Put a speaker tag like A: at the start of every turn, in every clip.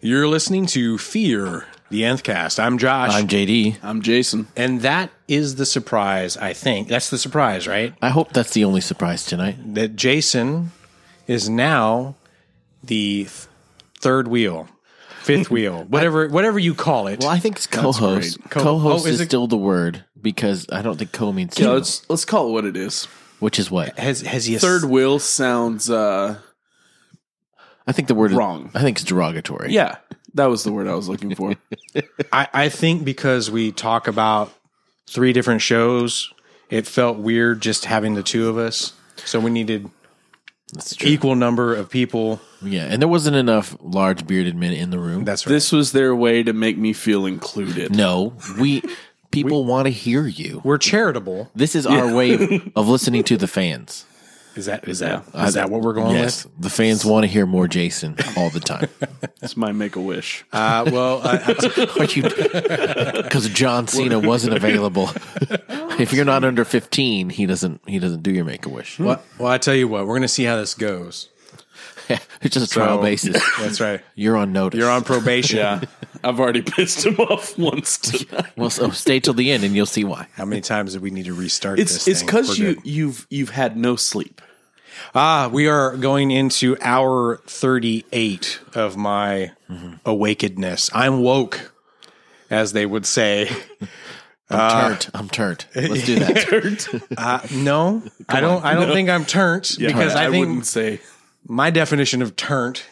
A: You're listening to Fear, the Nth Cast. I'm Josh.
B: I'm JD.
C: I'm Jason.
A: and that is the surprise, I think. That's the surprise, right?
B: I hope that's the only surprise tonight.
A: That Jason is now the th- third wheel, fifth wheel, whatever whatever you call it.
B: Well, I think it's co-host.
A: Co-
B: Co-host
A: Oh, is
B: is
A: it-
B: still the word because I don't think co means
C: Yeah,
B: two,
C: let's let's call it what it is.
B: which is what
A: has has he
C: Third wheel sounds uh
B: I think the word is-
C: Wrong.
B: I think it's derogatory.
C: yeah, that was the word I was looking for.
A: I, I think because we talk about three different shows, it felt weird just having the two of us. So we needed
B: that's true.
A: equal number of people.
B: Yeah, and there wasn't enough large bearded men in the room.
A: That's right.
C: this was their way to make me feel included.
B: no, we people want to hear you.
A: We're charitable.
B: This is our way of listening to the fans.
A: Is that is that is that what we're going
B: Yes,
A: with?
B: the fans want to hear more Jason all the time.
C: It's my make a wish.
A: Uh, well, I,
B: But you because John Cena wasn't available. if you're not under 15, he doesn't he doesn't do your make a wish.
A: I, well, I tell you what, we're going to see how this goes.
B: it's just a trial
A: So-
B: basis.
A: That's right.
B: You're on notice.
A: You're on probation.
C: yeah. I've already pissed him off once tonight.
B: Well, so stay till the end, and you'll see why.
A: How many times did we need to restart
C: It's
A: this?
C: it's
A: thing?
C: cuz
A: We're
C: you
A: good.
C: you've you've had no sleep.
A: Ah, we are going into hour 38 of my
C: Mm-hmm.
A: awakenedness. I'm woke, as they would say. Uh,
B: I'm turned. I'm turned. Let's do that.
A: No, I don't. I don't think I'm turnt because I, think
C: wouldn't say
A: my definition of turnt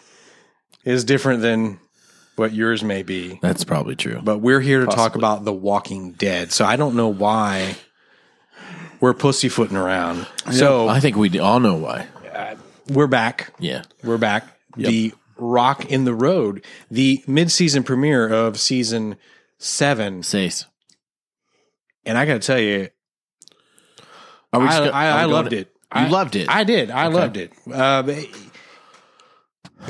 A: is different than what yours may be.
B: That's probably true.
A: But we're here to talk about The Walking Dead, so I don't know why we're pussyfooting around. So
B: I think we all know why.
A: we're back.
B: Yeah.
A: We're back. The Rock in the Road, the mid-season premiere of season seven,
B: Says.
A: and I got to tell you,
B: Are
A: I, I,
B: go- are we
A: I
B: going
A: loved
B: to-
A: it.
B: You
A: I,
B: loved it.
A: I did. I loved it. Uh, but-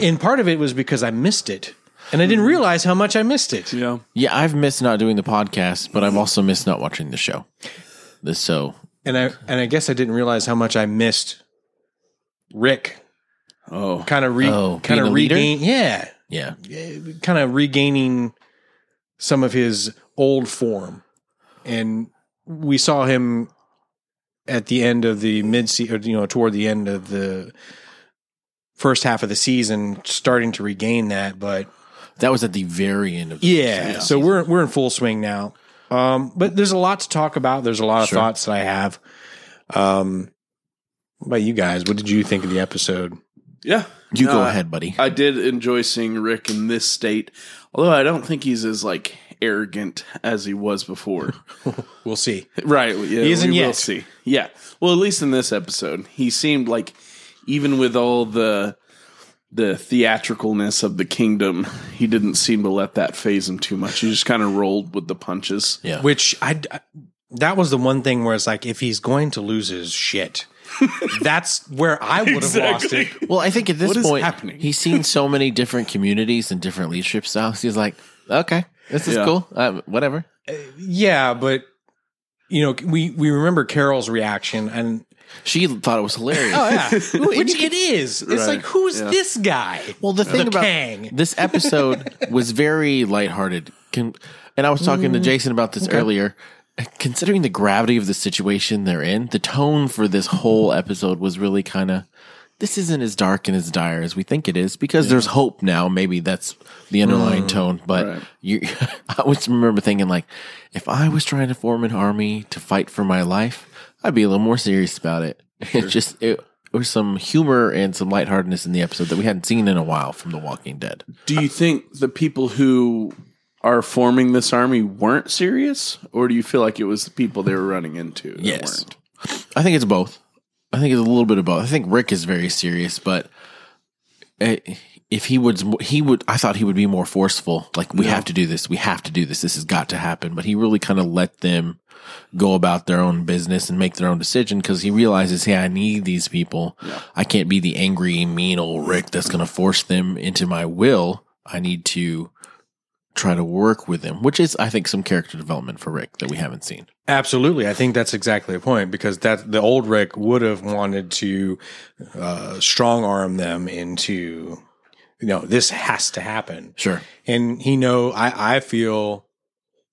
A: and part of it was because I missed it, and I
B: Mm.
A: didn't realize how much I missed it.
C: you know.
B: yeah, I've missed not doing the podcast, but I've also missed not watching the show. This so
A: And I and I guess I didn't realize how much I missed Rick.
C: Oh.
A: Kind of re,
B: Oh,
A: kind
B: being
A: of
B: the leader?
A: regain, yeah,
B: yeah,
A: kind of regaining some of his old form, and we saw him at the end of the mid season, you know, toward the end of the first half of the season, starting to regain that. But
B: that was at the very end of
A: Yeah. So we're we're in full swing now. Um, but there's a lot to talk about. There's a lot of
B: Sure.
A: thoughts that I have. Um, what about you guys, what did you think of the episode?
C: Yeah.
B: You
C: No,
B: go
A: Uh,
C: I-
B: ahead, buddy.
C: I did enjoy seeing Rick in this state, although I don't think he's as like arrogant as he was before.
A: We'll see.
C: Right. Yeah,
A: He isn't
C: we Will
A: yet.
C: see. Yeah. Well, at least in this episode, he seemed like even with all the the theatricalness of the kingdom, he didn't seem to let that phase him too much. He just kind of rolled with the punches.
B: yeah.
A: Which I that was the one thing where it's like if he's going to lose his shit, that's where I would have lost it.
B: Well, I think at this
C: What is
B: point,
C: happening?
B: he's seen so many different communities and different leadership styles. He's like, okay, this is
C: Yeah.
B: cool. Um, whatever.
A: Yeah, but you know, we we remember Carol's reaction and
B: She thought it was hilarious.
A: yeah, which it is. It's
C: Right.
A: like who's
C: Yeah.
A: this guy?
B: Well, the thing
A: The
B: about
A: Kang.
B: this episode was very lighthearted. Con- and I was talking to Jason about this earlier. Considering the gravity of the situation they're in, the tone for this whole episode was really kind of this isn't as dark and as dire as we think it is because there's hope now. Maybe that's the underlying tone. But
C: Right.
B: you, I always remember thinking like, if I was trying to form an army to fight for my life, I'd be a little more serious about it. It just it, it was some humor and some lightheartedness in the episode that we hadn't seen in a while from The Walking Dead.
C: Do you think the people who are forming this army weren't serious, or do you feel like it was the people they were running into that
B: Yes.
C: weren't?
B: I think it's both. I think it's a little bit of both. I think Rick is very serious, but eh, if he was, mo- he would. I thought he would be more forceful. Like we have to do this. We have to do this. This has got to happen. But he really kind of let them go about their own business and make their own decision because he realizes, hey, I need these people. I can't be the angry, mean old Rick that's going to force them into my will. I need to try to work with them, which is, I think, some character development for Rick that we haven't seen.
A: Absolutely, I think that's exactly the point because that the old Rick would have wanted to uh, strong arm them into you know, this has to happen.
B: Sure.
A: And he know I I feel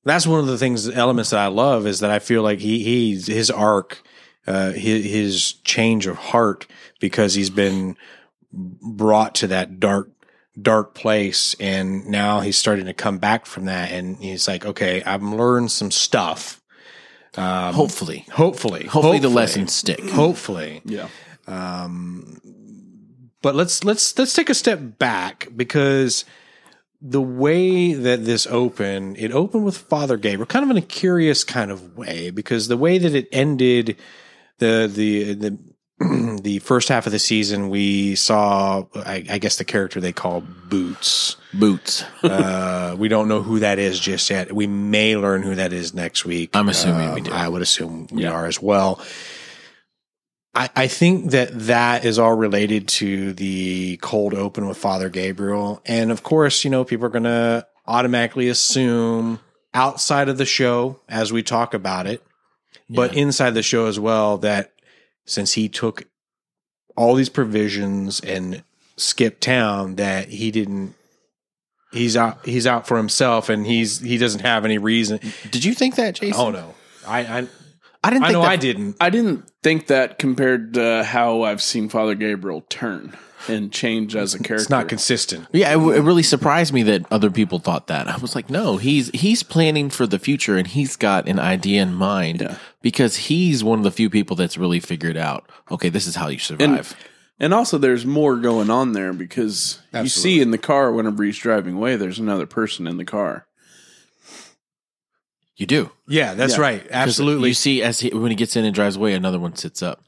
A: that's one of the things elements that I love is that I feel like he he's his arc, uh, his, his change of heart because he's been brought to that dark dark place and now he's starting to come back from that and he's like okay I've learned some stuff. Um,
B: Hopefully.
A: hopefully,
B: Hopefully the lessons stick.
A: Hopefully,
C: Yeah.
A: but let's let's let's take a step back because the way that this opened, it opened with Father Gabriel, kind of in a curious kind of way, because the way that it ended, the the the the first half of the season, we saw, I, I guess, the character they call Boots.
B: Boots.
A: Uh, we don't know who that is just yet. We may learn who that is next week.
B: I'm assuming we
A: Um,
B: do.
A: I would assume we are as well. I, I think that that is all related to the cold open with Father Gabriel. And of course, you know, people are going to automatically assume outside of the show as we talk about it, but inside the show as well, that since he took all these provisions and skipped town, that he didn't. He's out. He's out for himself, and he's he doesn't have any reason.
B: Did you think that, Jason?
A: Oh no, I I,
B: I didn't
A: I
B: think
A: know
B: that.
A: I didn't.
C: I didn't think that compared to how I've seen Father Gabriel turn and change as a character.
A: It's not consistent.
B: Yeah, it, w- it really surprised me that other people thought that. I was like, no, he's he's planning for the future and he's got an idea in mind
C: Yeah.
B: because he's one of the few people that's really figured out. Okay, this is how you survive.
C: And also, there's more going on there because you see in the car whenever he's driving away, there's another person in the car.
B: you do
A: Yeah, that's
C: Yeah.
A: right.
B: 'Cause
A: Absolutely.
B: You see, as he, when he gets in and drives away, another one sits up.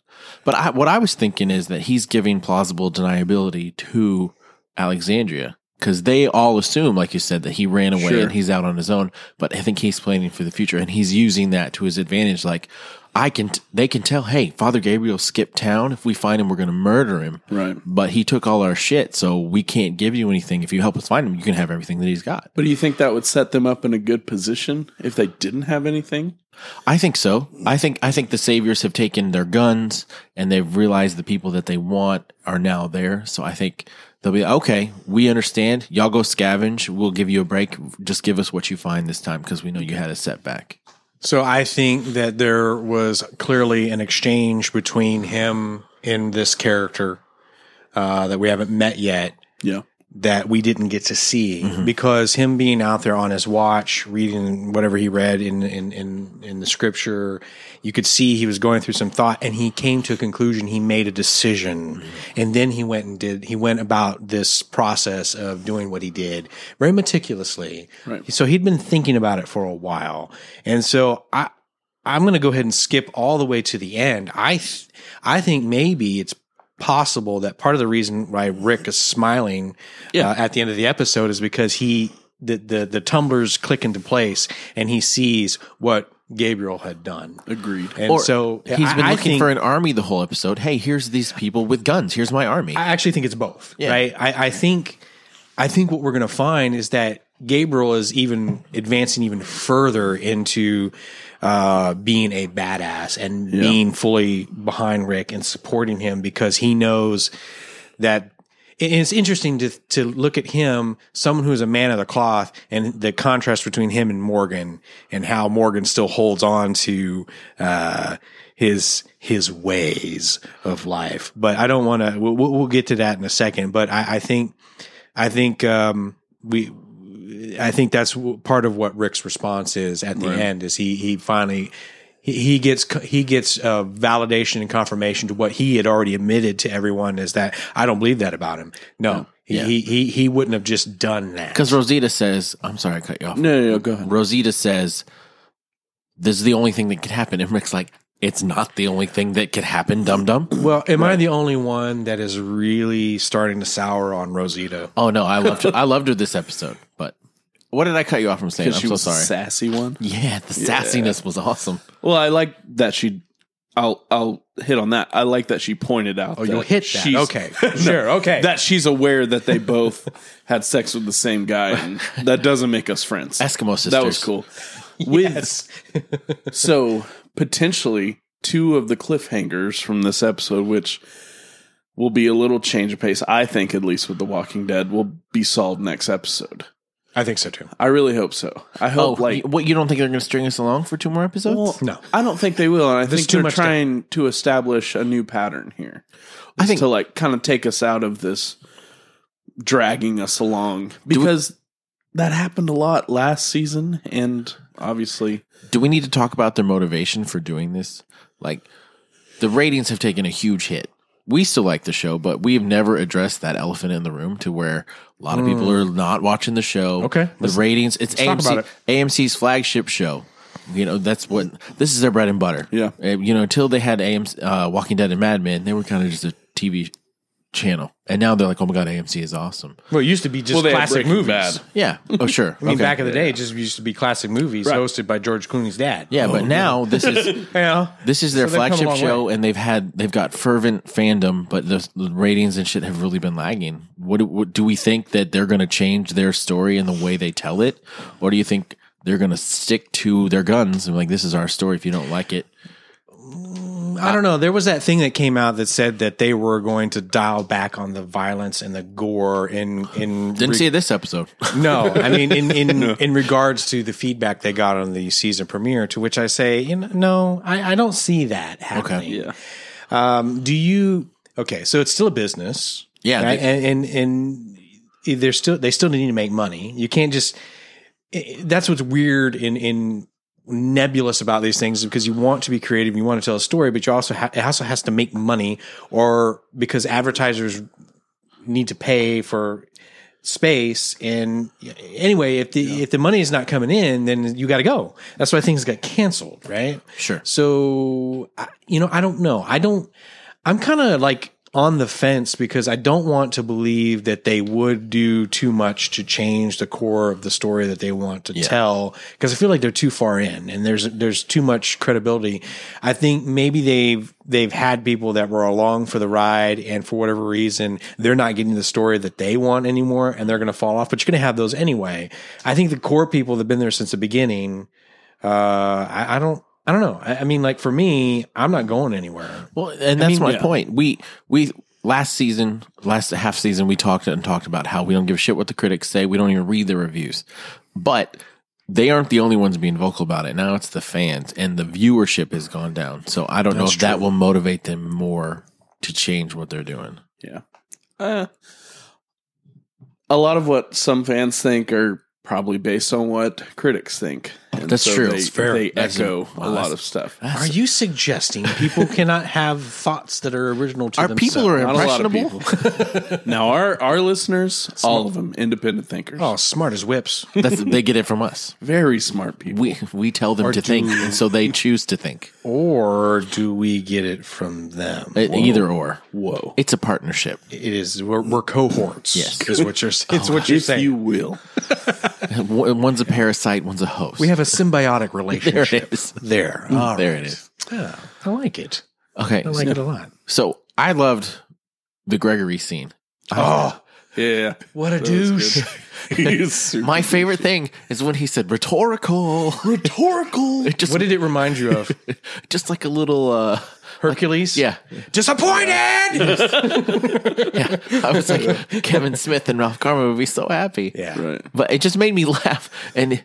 B: But I, what I was thinking is that he's giving plausible deniability to Alexandria because they all assume, like you said, that he ran away
C: Sure.
B: and he's out on his own. But I think he's planning for the future and he's using that to his advantage. Like I can, t- they can tell, hey, Father Gabriel skipped town. If we find him, we're going to murder him.
C: Right.
B: But he took all our shit, so we can't give you anything. If you help us find him, you can have everything that he's got.
C: But do you think that would set them up in a good position if they didn't have anything?
B: I think so. I think I think the saviors have taken their guns and they've realized the people that they want are now there. So I think they'll be okay. We understand. Y'all go scavenge. We'll give you a break. Just give us what you find this time because we know you had a setback.
A: So I think that there was clearly an exchange between him and this character uh, that we haven't met yet
C: Yeah.
A: that we didn't get to see because him being out there on his watch reading whatever he read in, in in in the scripture you could see he was going through some thought and he came to a conclusion he made a decision and then he went and did he went about this process of doing what he did very meticulously
C: Right.
A: so he'd been thinking about it for a while and so i i'm going to go ahead and skip all the way to the end i th- i think maybe it's possible that part of the reason why Rick is smiling
C: Yeah.
A: uh, at the end of the episode is because he the, the the tumblers click into place and he sees what Gabriel had done.
C: Agreed.
A: And so
B: he's been
A: I-
B: looking
A: I think-
B: for an army the whole episode. Hey, here's these people with guns. Here's my army.
A: I actually think it's both.
B: Yeah.
A: Right. I, I think I think what we're gonna find is that Gabriel is even advancing even further into uh, being a badass and being fully behind Rick and supporting him because he knows that and it's interesting to to look at him, someone who is a man of the cloth, and the contrast between him and Morgan, and how Morgan still holds on to uh, his his ways of life. But I don't want to. We'll, we'll we'll get to that in a second. But I, I think I think um, we. I think that's w- part of what Rick's response is at the end. Is he he finally he, he gets co- he gets uh, validation and confirmation to what he had already admitted to everyone is that I don't believe that about him. No, he he, he he wouldn't have just done that.
B: Because Rosita says, "I'm sorry, I cut you off."
C: No, no, no, go ahead.
B: Rosita says, "This is the only thing that could happen." And Rick's like, "It's not the only thing that could happen, dum dum."
A: well, am I the only one that is really starting to sour on Rosita?
B: Oh no, I loved I loved her this episode, but what did I cut you off from saying? I'm
C: she
B: so
C: was a
B: sorry.
C: sassy one.
B: yeah, the sassiness was awesome.
C: Well, I like that she. I'll I'll hit on that. I like that she pointed out.
A: Oh, you'll hit that.
C: she's-
A: Okay, sure. Okay,
C: That she's aware that they both had sex with the same guy, and that doesn't make us friends.
B: Eskimo sisters.
C: That was cool. With so potentially two of the cliffhangers from this episode, which will be a little change of pace. I think, at least with The Walking Dead, will be solved next episode.
A: I think so too.
C: I really hope so. I hope
B: oh,
C: like
B: like, what you don't think they're going to string us along for two more episodes?
C: Well,
A: No.
C: I don't think they will, and I
A: There's
C: think
A: too
C: they're
A: much to-
C: trying to establish a new pattern
B: I
C: here. I
B: think-
C: think to like kind of take us out of this dragging us along because that happened a lot last season, and obviously,
B: Do we need to talk about their motivation for doing this? Like, the ratings have taken a huge hit. We still like the show, but we've never addressed that elephant in the room to where a lot of people are not watching the show.
A: Hmm. Okay,
B: The
A: let's-
B: ratings, it's
A: talk
B: AMC,
A: about
B: AMC's flagship show. You know, that's what this is their bread and butter.
C: Yeah.
B: Uh, You know, until they had AMC, uh, Walking Dead and Mad Men, they were kind of just a TV channel. And now they're like, oh my God, AMC is awesome.
A: Well, it used to be just
C: Well, they had
A: classic
C: Breaking
A: movies.
C: Bad.
B: Yeah. Oh, sure.
A: I mean, back in the day, it just used to be classic movies
C: Right.
A: hosted by George Clooney's dad.
B: Yeah, but now this is
A: You know?
B: This is their
A: So they've come a
B: flagship
A: long
B: show, and they've had they've got fervent fandom, but the, the ratings and shit have really been lagging. What, do- what do we think that they're going to change their story and the way they tell it, or do you think they're going to stick to their guns and like this is our story? If you don't like it,
A: I don't know. There was that thing that came out that said that they were going to dial back on the violence and the gore in in
B: didn't
A: re-
B: see it this episode.
A: no. I mean, in in in regards to the feedback they got on the season premiere, to which I say, you know, no, I, I don't see that happening.
C: yeah,
A: Um, do you? Okay, so it's still a business.
B: Yeah,
A: right?
B: they-
A: and and and they're still they still need to make money. You can't just. i- That's what's weird in in nebulous about these things because you want to be creative, you want to tell a story, but you also ha- it also has to make money, or because advertisers need to pay for space and anyway if the if the money is not coming in then you got to go that's why things got canceled right
B: Sure.
A: so I- you know i don't know i don't i'm kind of like on the fence because i don't want to believe that they would do too much to change the core of the story that they want to tell because i feel like they're too far in and there's there's too much credibility i think maybe they've they've had people that were along for the ride and for whatever reason they're not getting the story that they want anymore and they're going to fall off but you're going to have those anyway i think the core people that have been there since the beginning uh, I, I don't, I don't know. I, I mean, like for me, I'm not going anywhere.
B: Well, and that's
A: mean,
B: my
A: yeah.
B: point. We we last season, last half season, we talked and talked about how we don't give a shit what the critics say. We don't even read the reviews, but they aren't the only ones being vocal about it. Now it's the fans, and the viewership has gone down. So I don't know if that will motivate them more to change what they're doing.
C: yeah. Uh, a lot of what some fans think are probably based on what critics think. And
B: That's true.
C: They,
B: It's
A: fair.
C: they
B: That's a-
C: echo
B: wow,
C: a lot
B: that's-
C: of stuff.
A: Are you suggesting people cannot have thoughts that are original to
B: Our people are
C: Not a lot of
B: impressionable.
C: people. now, our our listeners, all of them, independent thinkers,
A: oh, smart as whips.
B: That's, they get it from us.
C: very smart people.
B: We we tell them to think, and so they choose to think.
A: or do we get it from them?
B: E- Either or,
C: Whoa.
B: it's a partnership.
A: It is we're, we're cohorts.
B: Yes.
A: is what you're. It's what you're
C: if
A: saying.
C: you will.
B: One's a parasite, one's a host.
A: we have a symbiotic relationship.
B: is.
A: there,
B: there it is.
A: Yeah, I like it.
B: Okay,
A: I like it a lot.
B: So I loved the Gregory scene.
A: Oh,
C: Yeah.
A: what a
C: That was
A: douche!
C: good. He's super-
B: My favorite thing is when he said rhetorical.
A: Rhetorical.
B: It just,
A: what did it remind you of?
B: just like a little, uh,
A: Hercules.
B: yeah.
A: Disappointed.
B: I was like, Kevin Smith and Ralph Garman would be so happy.
A: yeah.
C: Right.
B: But it just made me laugh. And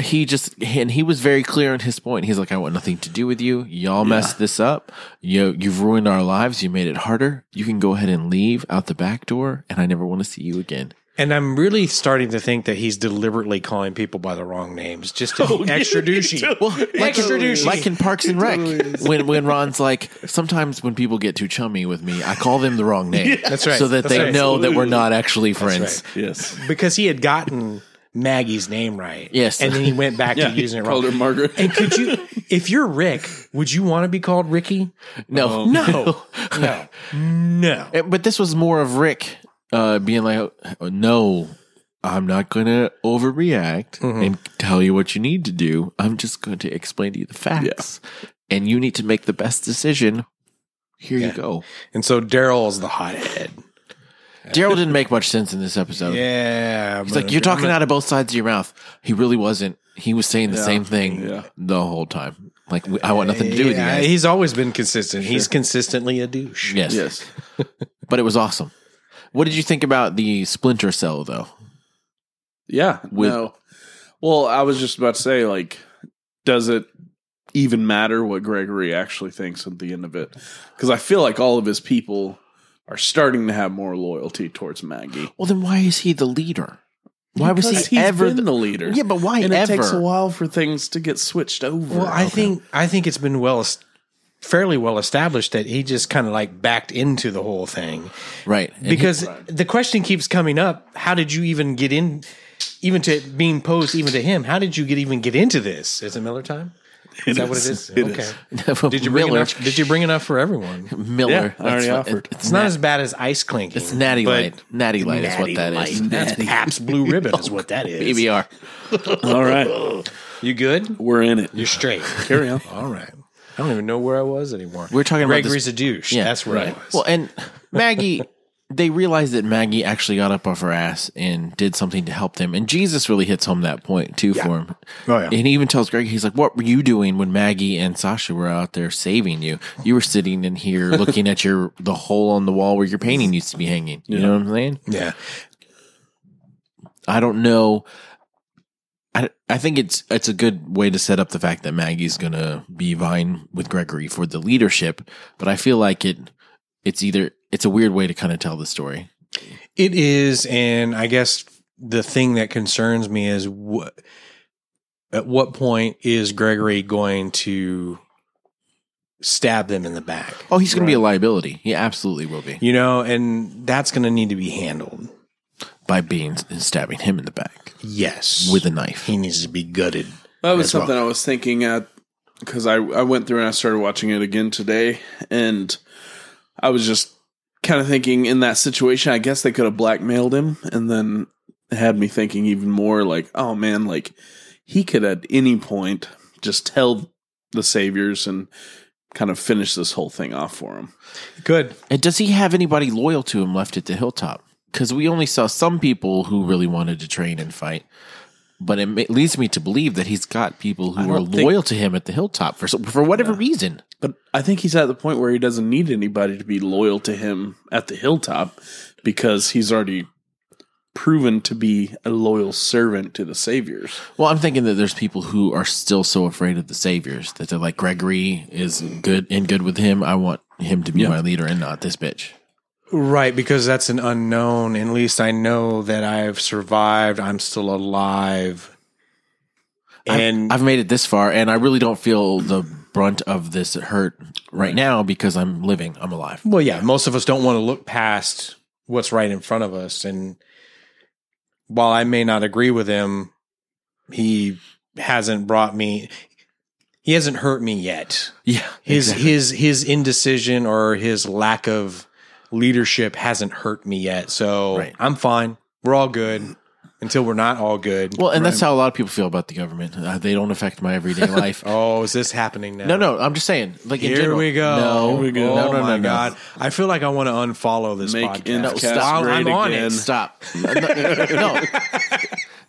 B: he just, and he was very clear on his point. He's like, I want nothing to do with you. Y'all messed this up. You, you've ruined our lives. You made it harder. You can go ahead and leave out the back door, and I never want to see you again.
A: And I'm really starting to think that he's deliberately calling people by the wrong names just
C: Oh,
A: to be extra douchey.
B: Well, like,
A: Extra douchey.
B: like in Parks and Rec, when when Ron's like, sometimes when people get too chummy with me, I call them the wrong name,
A: That's right.
B: so that
A: That's
B: they
A: right.
B: know that we're not actually friends.
C: Yes.
A: because he had gotten Maggie's name right.
B: Yes.
A: And then he went back to using it
C: Called her
A: wrong.
C: Margaret.
A: And could you, if you're Rick, would you want to be called Ricky?
B: No,
C: Oh,
A: No. No. No.
B: Eh, but this was more of Rick uh, being like, "Oh, no. I'm not going to overreact
A: Mm-hmm.
B: and tell you what you need to do. I'm just going to explain to you the facts. And you need to make the best decision. Here you go.
A: And so Daryl's the hothead.
B: Daryl didn't make much sense in this episode.
A: Yeah,
B: Oh. He's like, you're talking out of both sides of your mouth. He really wasn't. He was saying the
C: Yeah.
B: same thing
C: Yeah.
B: the whole time. Like, we, I want nothing to do with you guys.
A: He's always been consistent. He's consistently a douche.
B: Yes.
C: Yes.
B: But it was awesome. What did you think about the splinter cell, though?
C: Yeah.
B: With-
C: no. Well, I was just about to say, like, does it even matter what Gregory actually thinks at the end of it? Because I feel like all of his people are starting to have more loyalty towards Maggie.
B: Well, then why is he the leader? Why was
C: Because
B: he
C: he's
B: ever
C: been the leader?
B: Yeah, but why
C: and
B: ever?
C: it takes a while for things to get switched over.
A: Well, I think I think it's been well, es- fairly well established that he just kind of like backed into the whole thing
B: Right. And he-
A: because the question keeps coming up: How did you even get in? Even to it being posed, even to him, how did you get even get into this? Is it Miller time? Is that what it is? okay. Did you bring
B: Miller,
A: enough? Did you bring enough for everyone?
B: Miller.
C: Yeah, I
B: That's
C: already
B: what-
C: offered.
A: It's not as bad as ice clinking.
B: It's natty
A: but
B: light. Natty light is what that is.
A: That's Pabst Blue Ribbon is what that is.
B: BBR.
C: All right.
A: You good?
C: We're in it.
A: You're straight.
C: Carry on.
A: All right. I don't even know where I was anymore.
B: We're talking about this-
A: Gregory's a douche.
B: Yeah.
A: That's where I was.
B: Well, and Maggie, they realized that Maggie actually got up off her ass and did something to help them. And Jesus really hits home that point too for him.
A: Oh, yeah.
B: And he even tells Greg, he's like, "What were you doing when Maggie and Sasha were out there saving you? You were sitting in here looking at your the hole on the wall where your painting used to be hanging. You know what I'm saying?
A: yeah.
B: I don't know." I, I think it's it's a good way to set up the fact that Maggie's gonna be vying with Gregory for the leadership, but I feel like it it's either it's a weird way to kind of tell the story.
A: It is, and I guess the thing that concerns me is what at what point is Gregory going to stab them in the back?
B: Oh, he's going to be a liability. He absolutely will be
A: You know, and that's going to need to be handled.
B: by being and stabbing him in the back
A: Yes,
B: with a knife.
A: he needs to be gutted.
C: That was
A: as well.
C: something I was thinking at because I, I went through and I started watching it again today, and I was just kind of thinking in that situation, I guess they could have blackmailed him, and then it had me thinking even more like, oh man, like he could at any point just tell the saviors and kind of finish this whole thing off for him.
A: Good.
B: And does he have anybody loyal to him left at the hilltop? Because we only saw some people who really wanted to train and fight. But it ma- leads me to believe that he's got people who are
C: don't think-
B: loyal to him at the hilltop for some- for whatever reason.
C: But I think he's at the point where he doesn't need anybody to be loyal to him at the hilltop because he's already proven to be a loyal servant to the saviors.
B: Well, I'm thinking that there's people who are still so afraid of the saviors that they're like Gregory is good and good with him. I want him to be my leader and not this bitch.
A: Right, because that's an unknown. At least I know that I've survived. I'm still alive. And
B: I've made it this far, and I really don't feel the brunt of this hurt right now because I'm living. I'm alive.
A: well, yeah, most of us don't want to look past what's right in front of us. And while I may not agree with him, he hasn't brought me. He hasn't hurt me yet.
B: Yeah,
A: His his his indecision or his lack of leadership hasn't hurt me yet. So
B: Right.
A: I'm fine. We're all good until we're not all good.
B: well, and that's how a lot of people feel about the government. Uh, they don't affect my everyday life.
A: Oh, is this happening now?
B: No, no, I'm just saying. Like in
A: Here
B: general.
A: we go.
B: No,
A: Here we go.
B: No,
A: Oh
B: no, no,
A: my
B: no.
A: god! I feel like I want to unfollow this
C: Make
A: podcast.
B: No,
C: Podcast
B: stop.
A: great
B: I'm on
A: again.
B: it. Stop. No, no, no.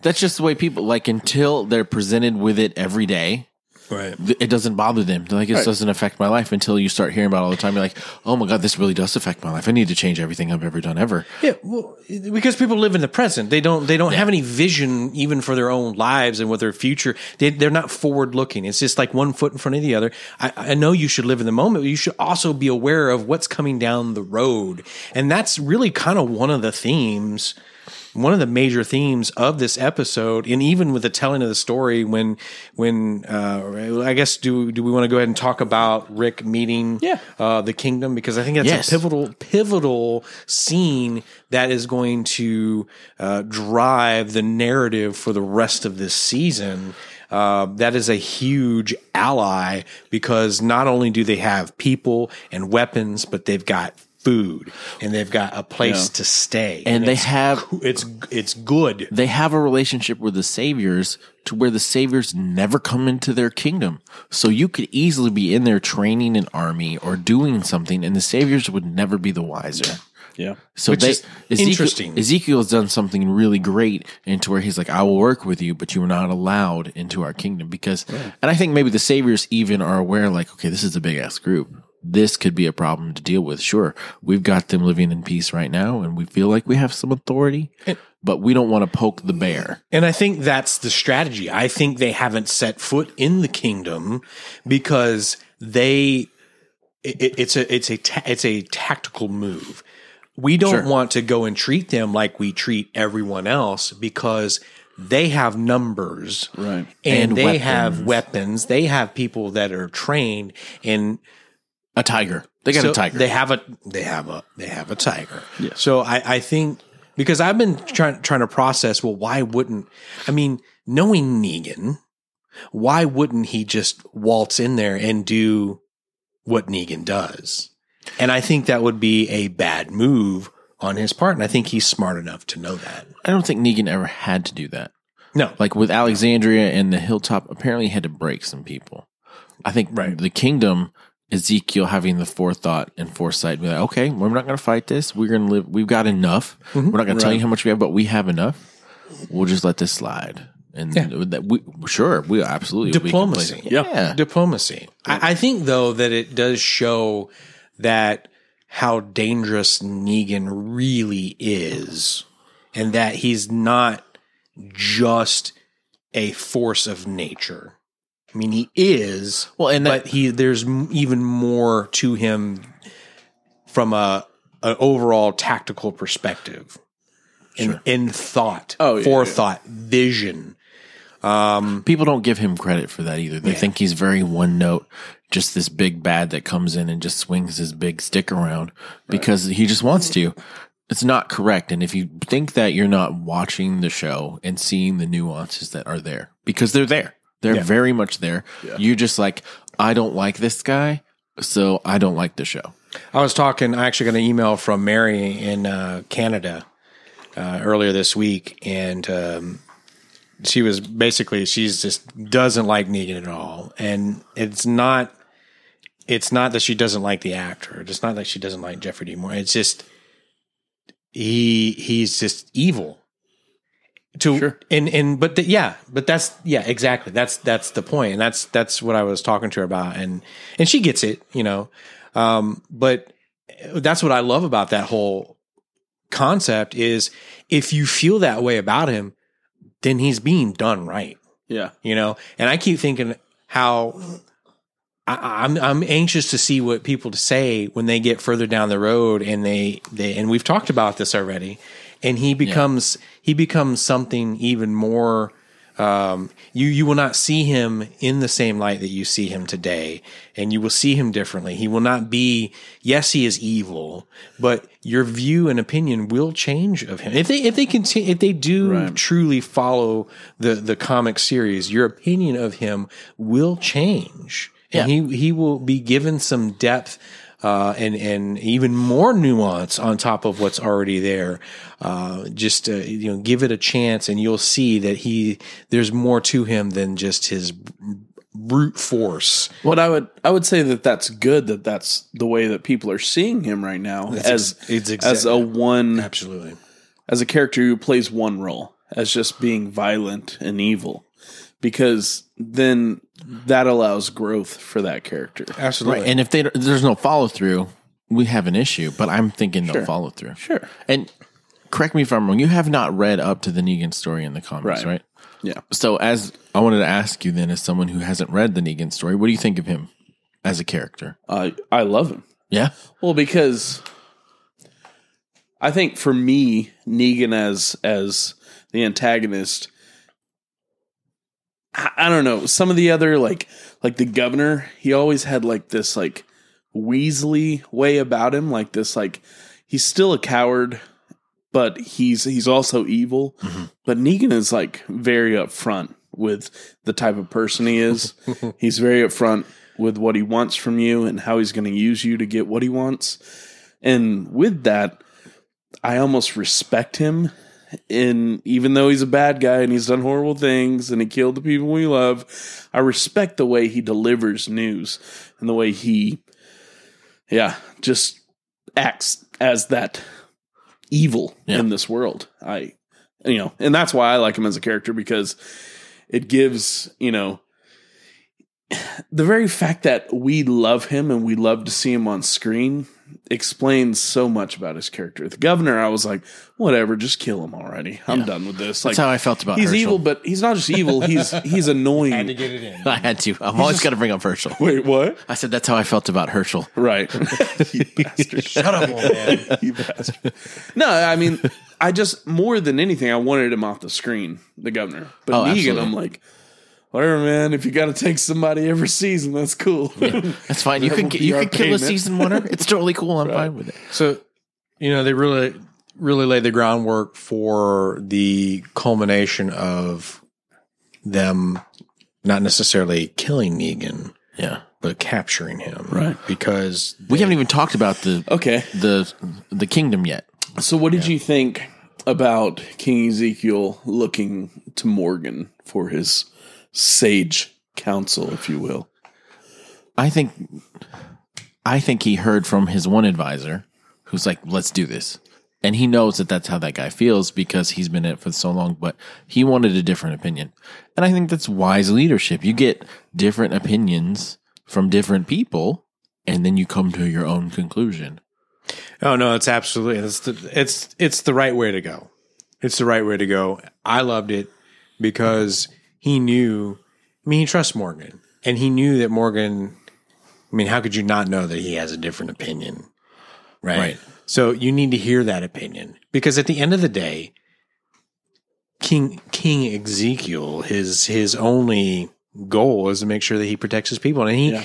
B: that's just the way people like until they're presented with it every day.
A: Right.
B: th- it doesn't bother them. They're Like this doesn't affect my life until you start hearing about it all the time. You're like, oh my god, this really does affect my life. I need to change everything I've ever done ever.
A: Yeah, well, because people live in the present. They don't. They don't have any vision even for their own lives and what their future. They, they're not forward looking. It's just like one foot in front of the other. I, I know you should live in the moment, but you should also be aware of what's coming down the road. And that's really kind of one of the themes. One of the major themes of this episode, and even with the telling of the story, when when uh, I guess do do we want to go ahead and talk about Rick meeting
C: Yeah.
A: uh, the kingdom because I think that's
B: Yes.
A: a pivotal pivotal pivotal scene that is going to uh, drive the narrative for the rest of this season. Uh, that is a huge ally because not only do they have people and weapons, but they've got food and they've got a place to stay.
B: And they
A: it's
B: have-
A: coo- it's it's good.
B: they have a relationship with the saviors to where the saviors never come into their kingdom. So you could easily be in there training an army or doing something, and the saviors would never be the wiser.
C: Yeah.
B: So
A: Which
B: they,
A: is
B: Ezekiel,
A: interesting.
B: Ezekiel's done something really great into where he's like, I will work with you, but you are not allowed into our kingdom because, and I think maybe the saviors even are aware, like, okay, this is a big ass group. This could be a problem to deal with. Sure, we've got them living in peace right now, and we feel like we have some authority, but we don't want to poke the bear.
A: And I think that's the strategy. I think they haven't set foot in the kingdom because they it, it- it's a it's a ta- it's a tactical move. We don't want to go and treat them like we treat everyone else because they have numbers.
C: Right.
A: And,
B: And
A: they have weapons. They have people that are trained and
B: A tiger. They got
A: so
B: a tiger.
A: They have a they have a they have a tiger.
C: Yeah.
A: So I, I think because I've been trying trying to process. Well, why wouldn't I mean knowing Negan, why wouldn't he just waltz in there and do what Negan does? And I think that would be a bad move on his part. And I think he's smart enough to know that.
B: I don't think Negan ever had to do that.
A: No,
B: like with Alexandria and the hilltop, apparently he had to break some people. I think
A: Right.
B: the kingdom, Ezekiel having the forethought and foresight, be like, okay, we're not going to fight this. We're going to live. We've got enough.
A: Mm-hmm.
B: We're not going to tell you how much we have, but we have enough. We'll just let this slide. And that we sure we absolutely we can play-
A: Diplomacy.
C: Yeah.
B: yeah.
A: diplomacy. I, I think though that it does show that how dangerous Negan really is, and that he's not just a force of nature. I mean, he is,
B: Well, and that,
A: but he there's m- even more to him from a an overall tactical perspective, in in thought,
C: Oh, yeah,
A: forethought, vision.
B: people don't give him credit for that either. They think he's very one note, just this big bad that comes in and just swings his big stick around because he just wants to. It's not correct. And if you think that you're not watching the show and seeing the nuances that are there, because they're there, they're very much there. You're just like, I don't like this guy, so I don't like the show.
A: I was talking. I actually got an email from Mary in uh, Canada uh, earlier this week, and um, she was basically she's just doesn't like Negan at all, and it's not it's not that she doesn't like the actor. It's not that she doesn't like Jeffrey D. Moore. It's just he he's just evil. To
C: Sure.
A: and and but the, yeah, but that's yeah exactly. That's that's the point, and that's that's what I was talking to her about, and and she gets it, you know. Um, but that's what I love about that whole concept is if you feel that way about him, then he's being done right
C: Yeah.
A: you know and i keep thinking how I, I'm I'm anxious to see what people to say when they get further down the road and they, they and we've talked about this already and he becomes he becomes something even more um, you you will not see him in the same light that you see him today and you will see him differently he will not be yes he is evil but your view and opinion will change of him if they if they continue if they do
C: Right.
A: truly follow the the comic series your opinion of him will change and he he will be given some depth uh, and and even more nuance on top of what's already there. Uh, just uh, you know, give it a chance, and you'll see that he there's more to him than just his brute force.
C: What I would I would say that that's good that that's the way that people are seeing him right now as
A: it's
C: as a one
A: Absolutely,
C: as a character who plays one role as just being violent and evil because then that allows growth for that character.
A: absolutely.
B: Right. And if they don't- there's no follow through, we have an issue, but I'm thinking they'll follow through.
C: Sure.
B: And correct me if I'm wrong. You have not read up to the Negan story in the comics,
C: Right.
B: right?
C: Yeah.
B: So, as I wanted to ask you then, as someone who hasn't read the Negan story, what do you think of him as a character?
C: I I love him.
B: Yeah,
C: Well, because I think for me, Negan as as the antagonist, I, I don't know. Some of the other like like the governor, he always had like this like Weasley way about him, like this like he's still a coward, but he's he's also evil. But Negan is like very upfront with the type of person he is. he's very upfront with what he wants from you and how he's going to use you to get what he wants. And with that, I almost respect him. And even though he's a bad guy and he's done horrible things and he killed the people we love, I respect the way he delivers news and the way he, yeah, just acts as that evil
B: Yeah.
C: in this world. I, you know, and that's why I like him as a character because it gives, you know, the very fact that we love him and we love to see him on screen explains so much about his character. The governor, I was like, whatever, just kill him already. I'm
B: Yeah.
C: done with this.
B: That's
C: like
B: how I felt about
C: he's
B: Herschel.
C: evil, but he's not just evil. He's
A: Had
C: he's
A: to
C: annoying.
A: get it in.
B: I had to. I've always got to bring up Herschel.
C: Wait, what?
B: I said that's how I felt about Herschel.
C: Right. you bastard.
A: Shut up, old man.
C: you bastard. No, I mean, I just more than anything, I wanted him off the screen, the governor. But
B: Oh,
C: Negan,
B: absolutely.
C: I'm like, whatever, man. If you got to take somebody every season, that's cool.
B: That's fine. You
C: That
B: can
C: will be
B: you
C: our
B: can kill a
C: payment.
B: season winner. It's totally cool. I'm fine with it.
A: So, you know, they really, really laid the groundwork for the culmination of them not necessarily killing Negan,
B: Yeah.
A: but capturing him.
C: Right.
A: Because
B: We haven't even talked about the
C: okay.
B: the the kingdom yet.
C: So, what did you think about King Ezekiel looking to Morgan for his sage counsel, if you will?
B: I think I think he heard from his one advisor who's like, "Let's do this." And he knows that that's how that guy feels because he's been in it for so long, but he wanted a different opinion. And I think that's wise leadership. You get different opinions from different people and then you come to your own conclusion.
A: Oh no, it's absolutely it's the it's it's the right way to go. It's the right way to go. I loved it because he knew. I mean, he trusts Morgan, and he knew that Morgan. I mean, how could you not know that he has a different opinion, right?
B: Right.
A: So you need to hear that opinion because at the end of the day, King King Ezekiel, his his only goal is to make sure that he protects his people, and he.
C: Yeah.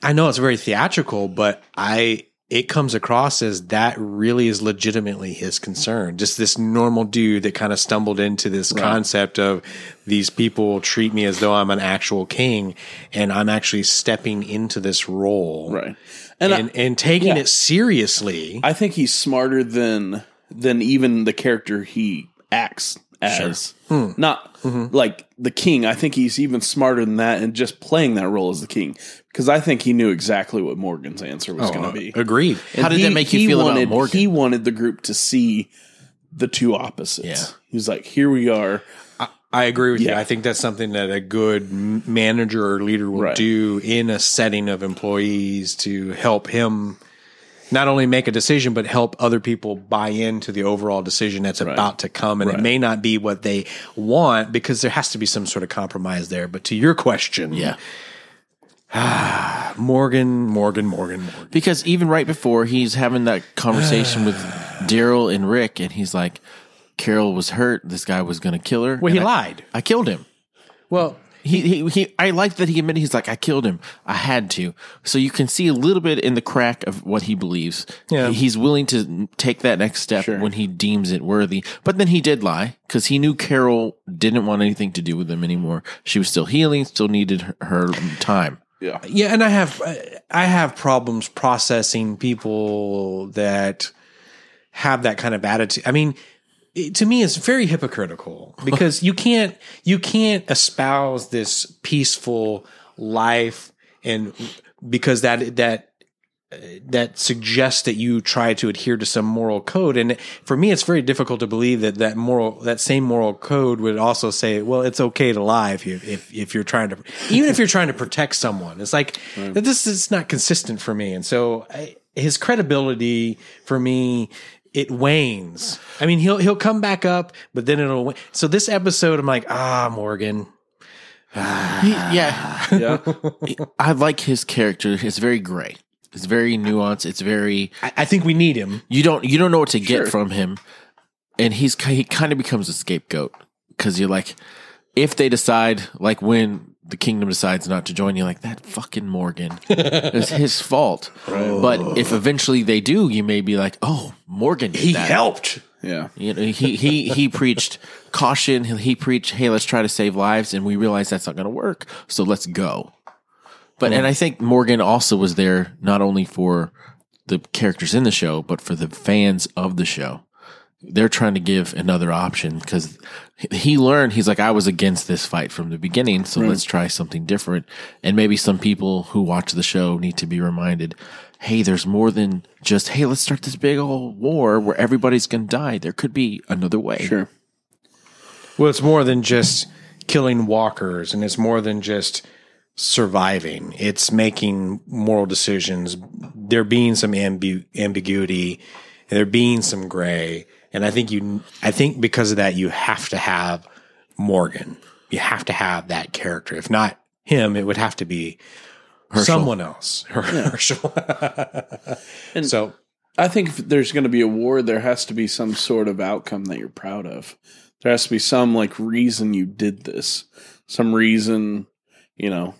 A: I know it's very theatrical, but I it comes across as that really is legitimately his concern. Just this normal dude that kind of stumbled into this concept of these people treat me as though I'm an actual king and I'm actually stepping into this role.
C: Right.
A: And
C: And, I-
A: and, taking
C: yeah.
A: it seriously.
C: I think he's smarter than than even the character he acts as.
B: Hmm.
C: Not
B: Mm-hmm.
C: like the king. I think he's even smarter than that and just playing that role as the king because I think he knew exactly what Morgan's answer was going
A: uh,
C: to be.
A: Agreed.
B: Oh, How did
C: he-
B: that make you
C: he
B: feel
C: wanted,
B: about Morgan?
C: He wanted the group to see the two opposites.
B: Yeah.
C: He was like, "Here we are."
A: I agree with you.
C: Yeah.
A: I think that's something that a good m- manager or leader will
C: Right.
A: do in a setting of employees to help him not only make a decision but help other people buy into the overall decision that's about to come and it
C: Right.
A: may not be what they want because there has to be some sort of compromise there but to your question
B: Yeah.
A: morgan morgan morgan morgan
B: Because even right before he's having that conversation with Daryl and Rick, and he's like, Carol was hurt. This guy was going to kill her.
A: well he
B: And I-
A: lied
B: I killed him.
A: well
B: He, he, he, I like that he admitted he's like, I killed him. I had to. So you can see a little bit in the crack of what he believes.
A: Yeah.
B: He's willing to take that next step when he deems it worthy. But then he did lie because he knew Carol didn't want anything to do with him anymore. She was still healing, still needed her, her time.
C: Yeah.
A: yeah and i have i have problems processing people that have that kind of attitude i mean it, to me it's very hypocritical because you can't you can't espouse this peaceful life and because that that that suggests that you try to adhere to some moral code and for me it's very difficult to believe that that moral that same moral code would also say well it's okay to lie if you if, if you're trying to even if you're trying to protect someone it's like this is not consistent for me and so I, his credibility for me it wanes i mean he'll he'll come back up but then it'll wa- so this episode i'm like ah morgan
B: yeah.
C: Yeah.
B: I like his character. It's very gray. It's very nuanced. It's very
A: i, I think we need him
B: you don't you don't know what to
C: Sure.
B: get from him, and he's ki- he kind of becomes a scapegoat because you're like, if they decide like when the kingdom decides not to join, you're like that fucking Morgan. it's his fault. But if eventually they do, you may be like, oh, Morgan did
A: he
B: that.
A: helped
C: yeah.
B: You know, he he he preached caution. He, he preached, "Hey, let's try to save lives," and we realize that's not going to work. So let's go. But and I think Morgan also was there not only for the characters in the show, but for the fans of the show, they're trying to give another option because he learned he's like I was against this fight from the beginning, so let's try something different. And maybe some people who watch the show need to be reminded, hey, there's more than just hey, let's start this big old war where everybody's gonna die. There could be another way.
C: Sure.
A: Well, it's more than just killing walkers and it's more than just surviving. It's making moral decisions. There being some ambu- ambiguity and there being some gray. And I think you, I think because of that, you have to have Morgan. You have to have that character. If not him, it would have to be someone else. Herschel. so
C: I think if there's going to be a war, there has to be some sort of outcome that you're proud of. There has to be some like reason you did this, some reason, you know,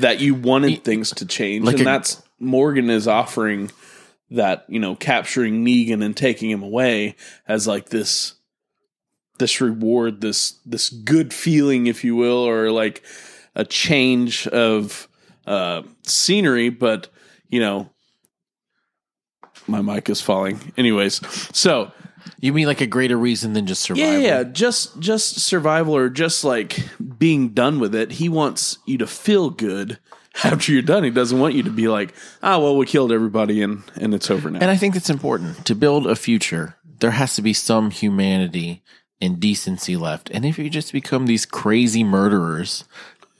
C: that you wanted things to change.
B: Like
C: and
B: a-
C: that's Morgan is offering that, you know, capturing Negan and taking him away as like this this reward, this this good feeling, if you will, or like a change of uh scenery, but you know, my mic is falling. Anyways, so
B: You mean like a greater reason than just survival?
C: yeah, yeah, just just survival or just like being done with it. He wants you to feel good after you're done. He doesn't want you to be like, ah, well, we killed everybody and and it's over now.
B: And I think that's important. To build a future, there has to be some humanity and decency left. And if you just become these crazy murderers,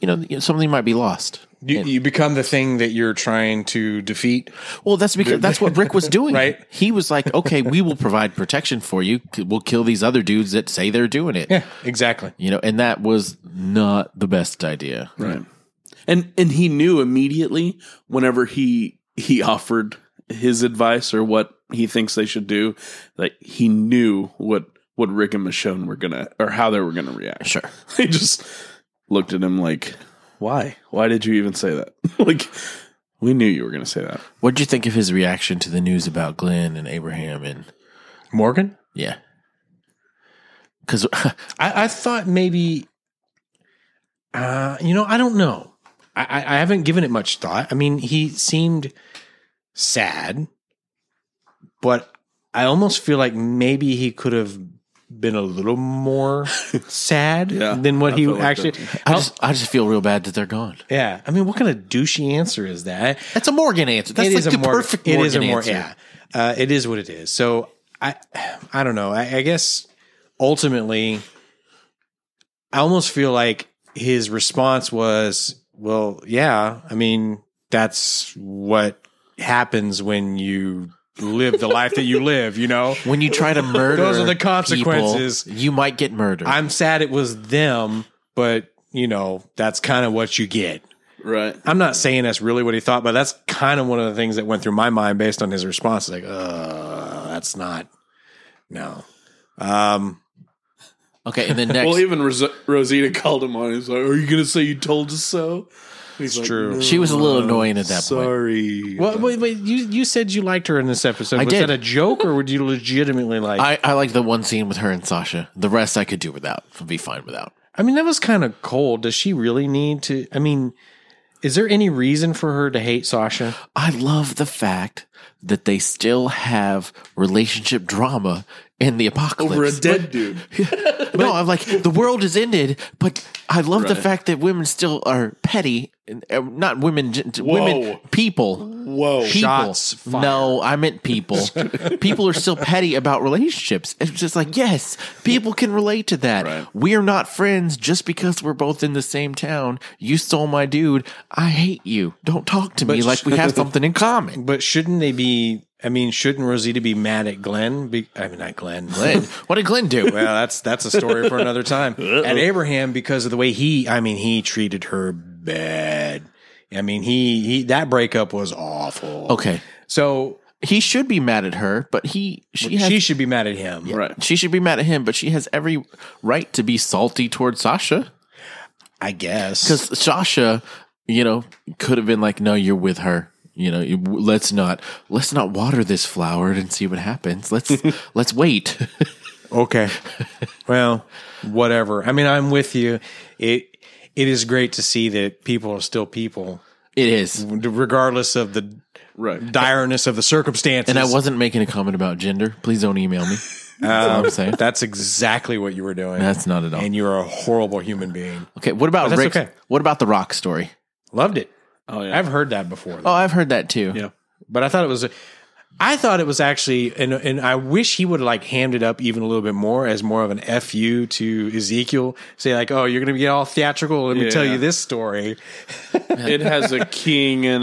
B: you know, you know, something might be lost.
A: you, you become the thing that you're trying to defeat.
B: Well, that's because that's what Rick was doing.
A: Right.
B: He was like, "Okay, we will provide protection for you. We'll kill these other dudes that say they're doing it."
A: Yeah, exactly.
B: You know, and that was not the best idea.
C: Right. And and he knew immediately whenever he he offered his advice or what he thinks they should do, like he knew what what Rick and Michonne were gonna or how they were gonna react.
B: Sure.
C: They just looked at him like, Why? Why did you even say that? like we knew you were gonna say that.
B: What would you think of his reaction to the news about Glenn and Abraham and
A: Morgan?
B: yeah? Cuz
A: I, I thought maybe, uh, you know, I don't know. I, I, I haven't given it much thought. I mean, he seemed sad, but I almost feel like maybe he could have been a little more sad
C: Yeah,
A: than what
C: I
A: he
C: felt like
A: actually.
B: I just I just feel real bad that they're gone.
A: yeah, I mean, what kind of douchey answer is that?
B: That's a Morgan answer. That's
A: It
B: like
A: is
B: the
A: a more,
B: perfect Morgan
A: It is a more
B: answer.
A: yeah. Uh, it is what it is. So I I don't know. I, I guess ultimately, I almost feel like his response was, "Well, yeah. I mean, that's what happens when you live the life that you live. You know,
B: When you try to murder,
A: Those are the
B: people,
A: consequences.
B: you might get murdered.
A: I'm sad it was them, but you know, that's kind of what you get."
C: Right.
A: I'm not saying that's really what he thought, but that's kind of one of the things that went through my mind based on his response. Like, uh, that's not no. Um,
B: okay, and then next,
C: Well, even Ros- Rosita called him on. He's like, "Are you going to say you told us so?" He's like,
A: true.
C: "No,
B: she was a little annoying at that point.
C: sorry.
A: well, wait, wait, you you said you liked her in this episode.
B: I
A: was
B: did.
A: that a joke, or would you legitimately like? I,
B: I, I like the one scene with her and Sasha. The rest I could do without. Would be fine without.
A: mean, that was kind of cold. Does she really need to? I mean, is there any reason for her to hate Sasha?
B: I love the fact that they still have relationship drama in the apocalypse.
C: Over a dead dude.
B: no, I'm like the world is ended, but I love the fact that women still are petty. and- uh, Not women, gen- women, people.
C: Whoa.
B: people.
A: Shots fired.
B: No, I meant people. people are still petty about relationships. It's just like, yes, people can relate to that.
C: Right.
B: We're not friends just because we're both in the same town. You stole my dude. I hate you. Don't talk to me like we have something in common.
A: But shouldn't they be? I mean, shouldn't Rosita be mad at Glenn? Be, I mean, not Glenn.
B: Glenn, what did Glenn do?
A: Well, that's that's a story for another time. and Abraham, because of the way he, I mean, he treated her bad. I mean, he he that breakup was awful.
B: okay.
A: so
B: He should be mad at her, but he she has
A: she
B: she,
A: should be mad at him.
C: Right.
B: should be mad at him, but she has every right to be salty towards Sasha
A: I guess
B: because Sasha, you know, could have been like, "No, you're with her." You know, you- let's not let's not water this flower and see what happens. Let's let's wait.
A: okay, well, whatever. I mean, I'm with you. It it is great to see that people are still people,
B: It is,
A: regardless of the
C: Right.
A: direness of the circumstances.
B: and I wasn't making a comment about gender. Please don't email me. That's what I'm saying.
A: That's exactly what you were doing.
B: That's not at all.
A: Um, and you're a horrible human being.
B: Okay, what about
A: But that's
B: Rick's,
A: okay.
B: What about the rock story?
A: Loved it.
C: Oh yeah.
A: I've heard that before.
B: Oh, I've heard that too.
C: yeah.
A: but I thought it was. I thought it was actually, and and I wish he would have like hammed it up even a little bit more as more of an fu to Ezekiel, say like, "Oh, you're going to get all theatrical. Let me tell
C: Yeah.
A: you this story."
C: It has a king in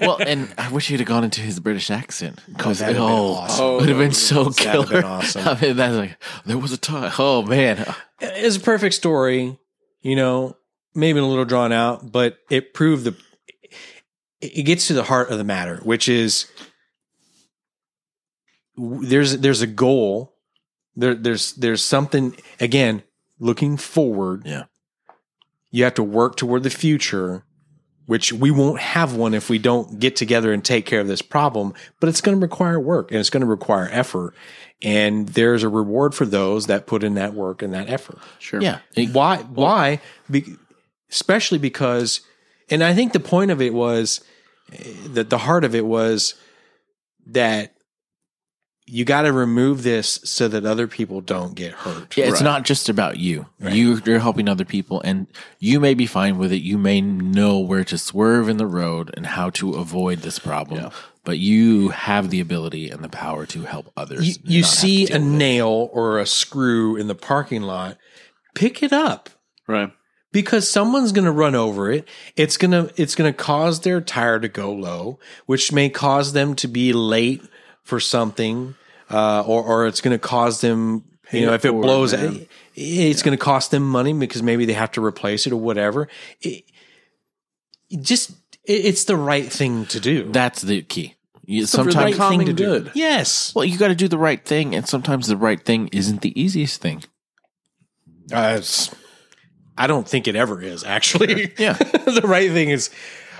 B: well, and I wish he'd have gone into his British accent because
A: that'd have been awesome. Oh,
B: it would have been so
A: that'd have
B: killer.
A: been awesome.
B: I mean, that's like there was a time. Oh man,
A: It's a perfect story, you know, maybe a little drawn out, but it proved the. It gets to the heart of the matter, which is w- there's there's a goal, there there's there's something again looking forward.
B: yeah,
A: you have to work toward the future which we won't have one if we don't get together and take care of this problem but it's going to require work and it's going to require effort and there's a reward for those that put in that work and that effort
C: Sure.
B: yeah. It-
A: why why Be- especially because and i think the point of it was eh, that the heart of it was that you got to remove this so that other people don't get hurt
B: yeah, it's
C: Right.
B: not just about you. You you're helping other people, and you may be fine with it. You may know where to swerve in the road and how to avoid this problem. But you have the ability and the power to help others.
A: you,
B: and
A: you
B: not have
A: see
B: to
A: a
B: deal with it.
A: nail or a screw in the parking lot, pick it up
C: Right.
A: because someone's going to run over it. It's going to it's going to cause their tire to go low, which may cause them to be late for something, uh, or or it's going to cause them. You know,
C: it
A: if it
C: forward,
A: blows, eh,
C: man.
A: it's going to cost them money because maybe they have to replace it or whatever. It, it just it, it's the right thing to do.
B: That's the key. You,
C: right
B: sometimes
C: common
A: thing to do.
C: good.
A: Yes,
B: Well, you got to do the right thing, and sometimes the right thing isn't the easiest thing.
A: Uh, it's- I don't think it ever is actually.
B: Yeah.
A: the right thing is,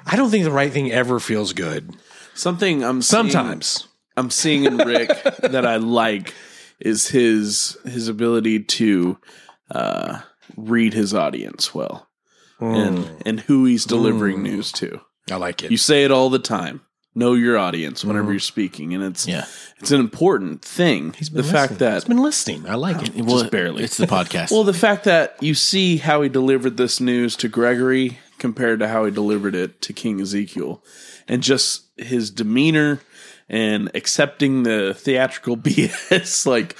A: I don't think the right thing ever feels good.
C: Something I'm seeing-
A: Sometimes.
C: I'm seeing in Rick that I like is his his ability to uh, read his audience well and and who he's delivering news to.
A: I like it.
C: You say it all the time. Know your audience whenever you're speaking, and it's
B: Yeah.
C: it's an important thing. The fact that
A: I've been listening. I like it.
B: Well,
C: barely.
B: It's the podcast.
C: well, the fact that you see how he delivered this news to Gregory compared to how he delivered it to King Ezekiel, and just his demeanor and accepting the theatrical BS, like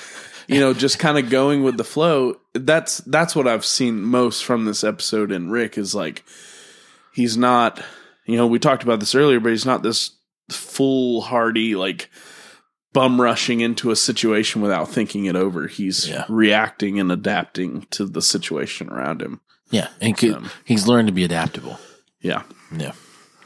C: you know, just kind of going with the flow. That's that's what I've seen most from this episode. And Rick is like, he's not. You know, we talked about this earlier, but he's not this foolhardy like bum rushing into a situation without thinking it over. He's
B: Yeah.
C: reacting and adapting to the situation around him.
B: yeah, and c- he's learned to be adaptable.
C: um, Yeah.
B: Yeah.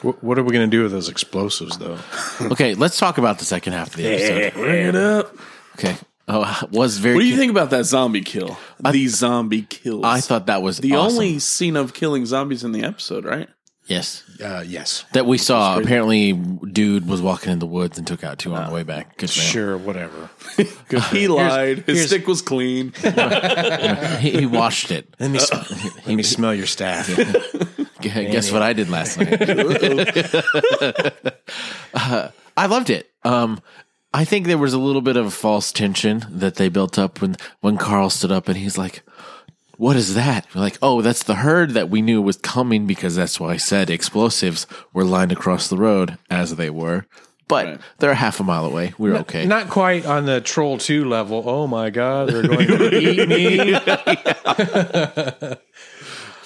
A: What, what are we going to do with those explosives, though?
B: Okay, let's talk about the second half of the episode.
C: Bring it up.
B: Okay. Oh, I was very.
C: What do you think about that zombie kill? the zombie kills.
B: I thought that was
C: the
B: awesome.
C: only scene of killing zombies in the episode, right?
B: yes
A: Uh, yes.
B: that we saw. Apparently, dude was walking in the woods and took out two
C: Uh,
B: on the way back. Good man.
A: Sure, whatever.
C: He lied. His
A: here's-
C: stick was clean.
B: He, he washed it.
A: Let me, sm- let me smell your staff.
B: Gu- Guess what I did last night? Uh, I loved it. Um, I think there was a little bit of false tension that they built up when when Carl stood up and he's like, "What is that?" We're like, "Oh, that's the herd that we knew was coming because that's why I said explosives were lined across the road as they were." But
C: Right.
B: they're half a mile away. We're okay.
A: Not quite on the Troll 2 level. Oh my God, they're going to eat me.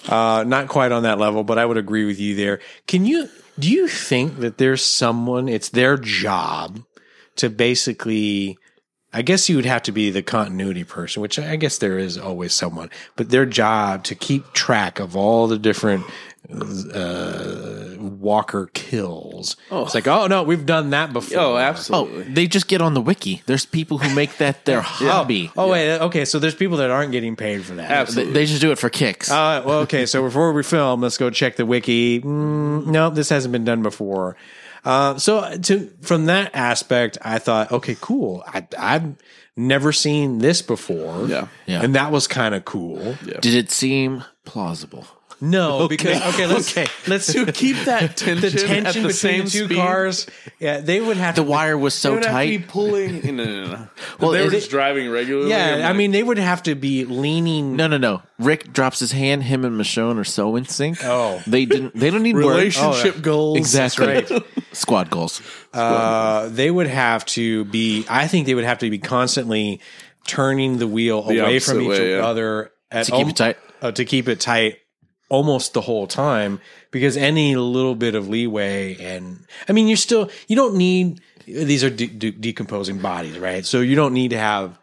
A: uh, not quite on that level, but I would agree with you there. Can you, do you think that there's someone, it's their job to basically, I guess you would have to be the continuity person, which I guess there is always someone, but their job to keep track of all the different uh, walker kills. It's like, oh no, we've done that before.
C: Oh,
B: oh,
C: absolutely.
B: they just get on the wiki. There's people who make that their hobby.
A: Oh wait, okay. So there's people that aren't getting paid for that.
B: They,
C: absolutely.
B: they just do it for kicks.
A: Uh, well, okay. So before we film, let's go check the wiki. Mm, no, this hasn't been done before. Uh, so to from that aspect, I thought, okay, cool. I, I've never seen this before.
C: Yeah.
B: Yeah.
A: and that was kind of cool.
B: Did it seem plausible?
A: No, because okay, let's
B: Okay.
A: let's
C: to keep that
A: the
C: tension,
A: tension
C: at the
A: between
C: same
A: the two
C: speed,
A: cars. Yeah, they would have
B: The
A: to,
B: wire was
C: They
B: so
C: would have to
B: tight.
C: be pulling. No, no, no, no.
B: Well,
C: Well, they were
B: is
C: just
B: it-
C: driving regularly. I'm
A: Yeah, I
C: like,
A: mean they would have to be leaning.
B: No, no, no. Rick drops his hand. Him and Michonne are so in sync.
A: Oh.
B: they didn't. They don't need words. Oh,
C: relationship goals.
B: Exactly.
A: That's right.
B: Squad goals.
A: Uh, they would have to be. I think they would have to be constantly turning the wheel away
C: opposite
A: from each
C: way, yeah.
A: other at
B: To keep it tight.
A: uh, to keep it tight almost the whole time because any little bit of leeway and I mean you're still you don't need these are de- de- decomposing bodies right so you don't need to have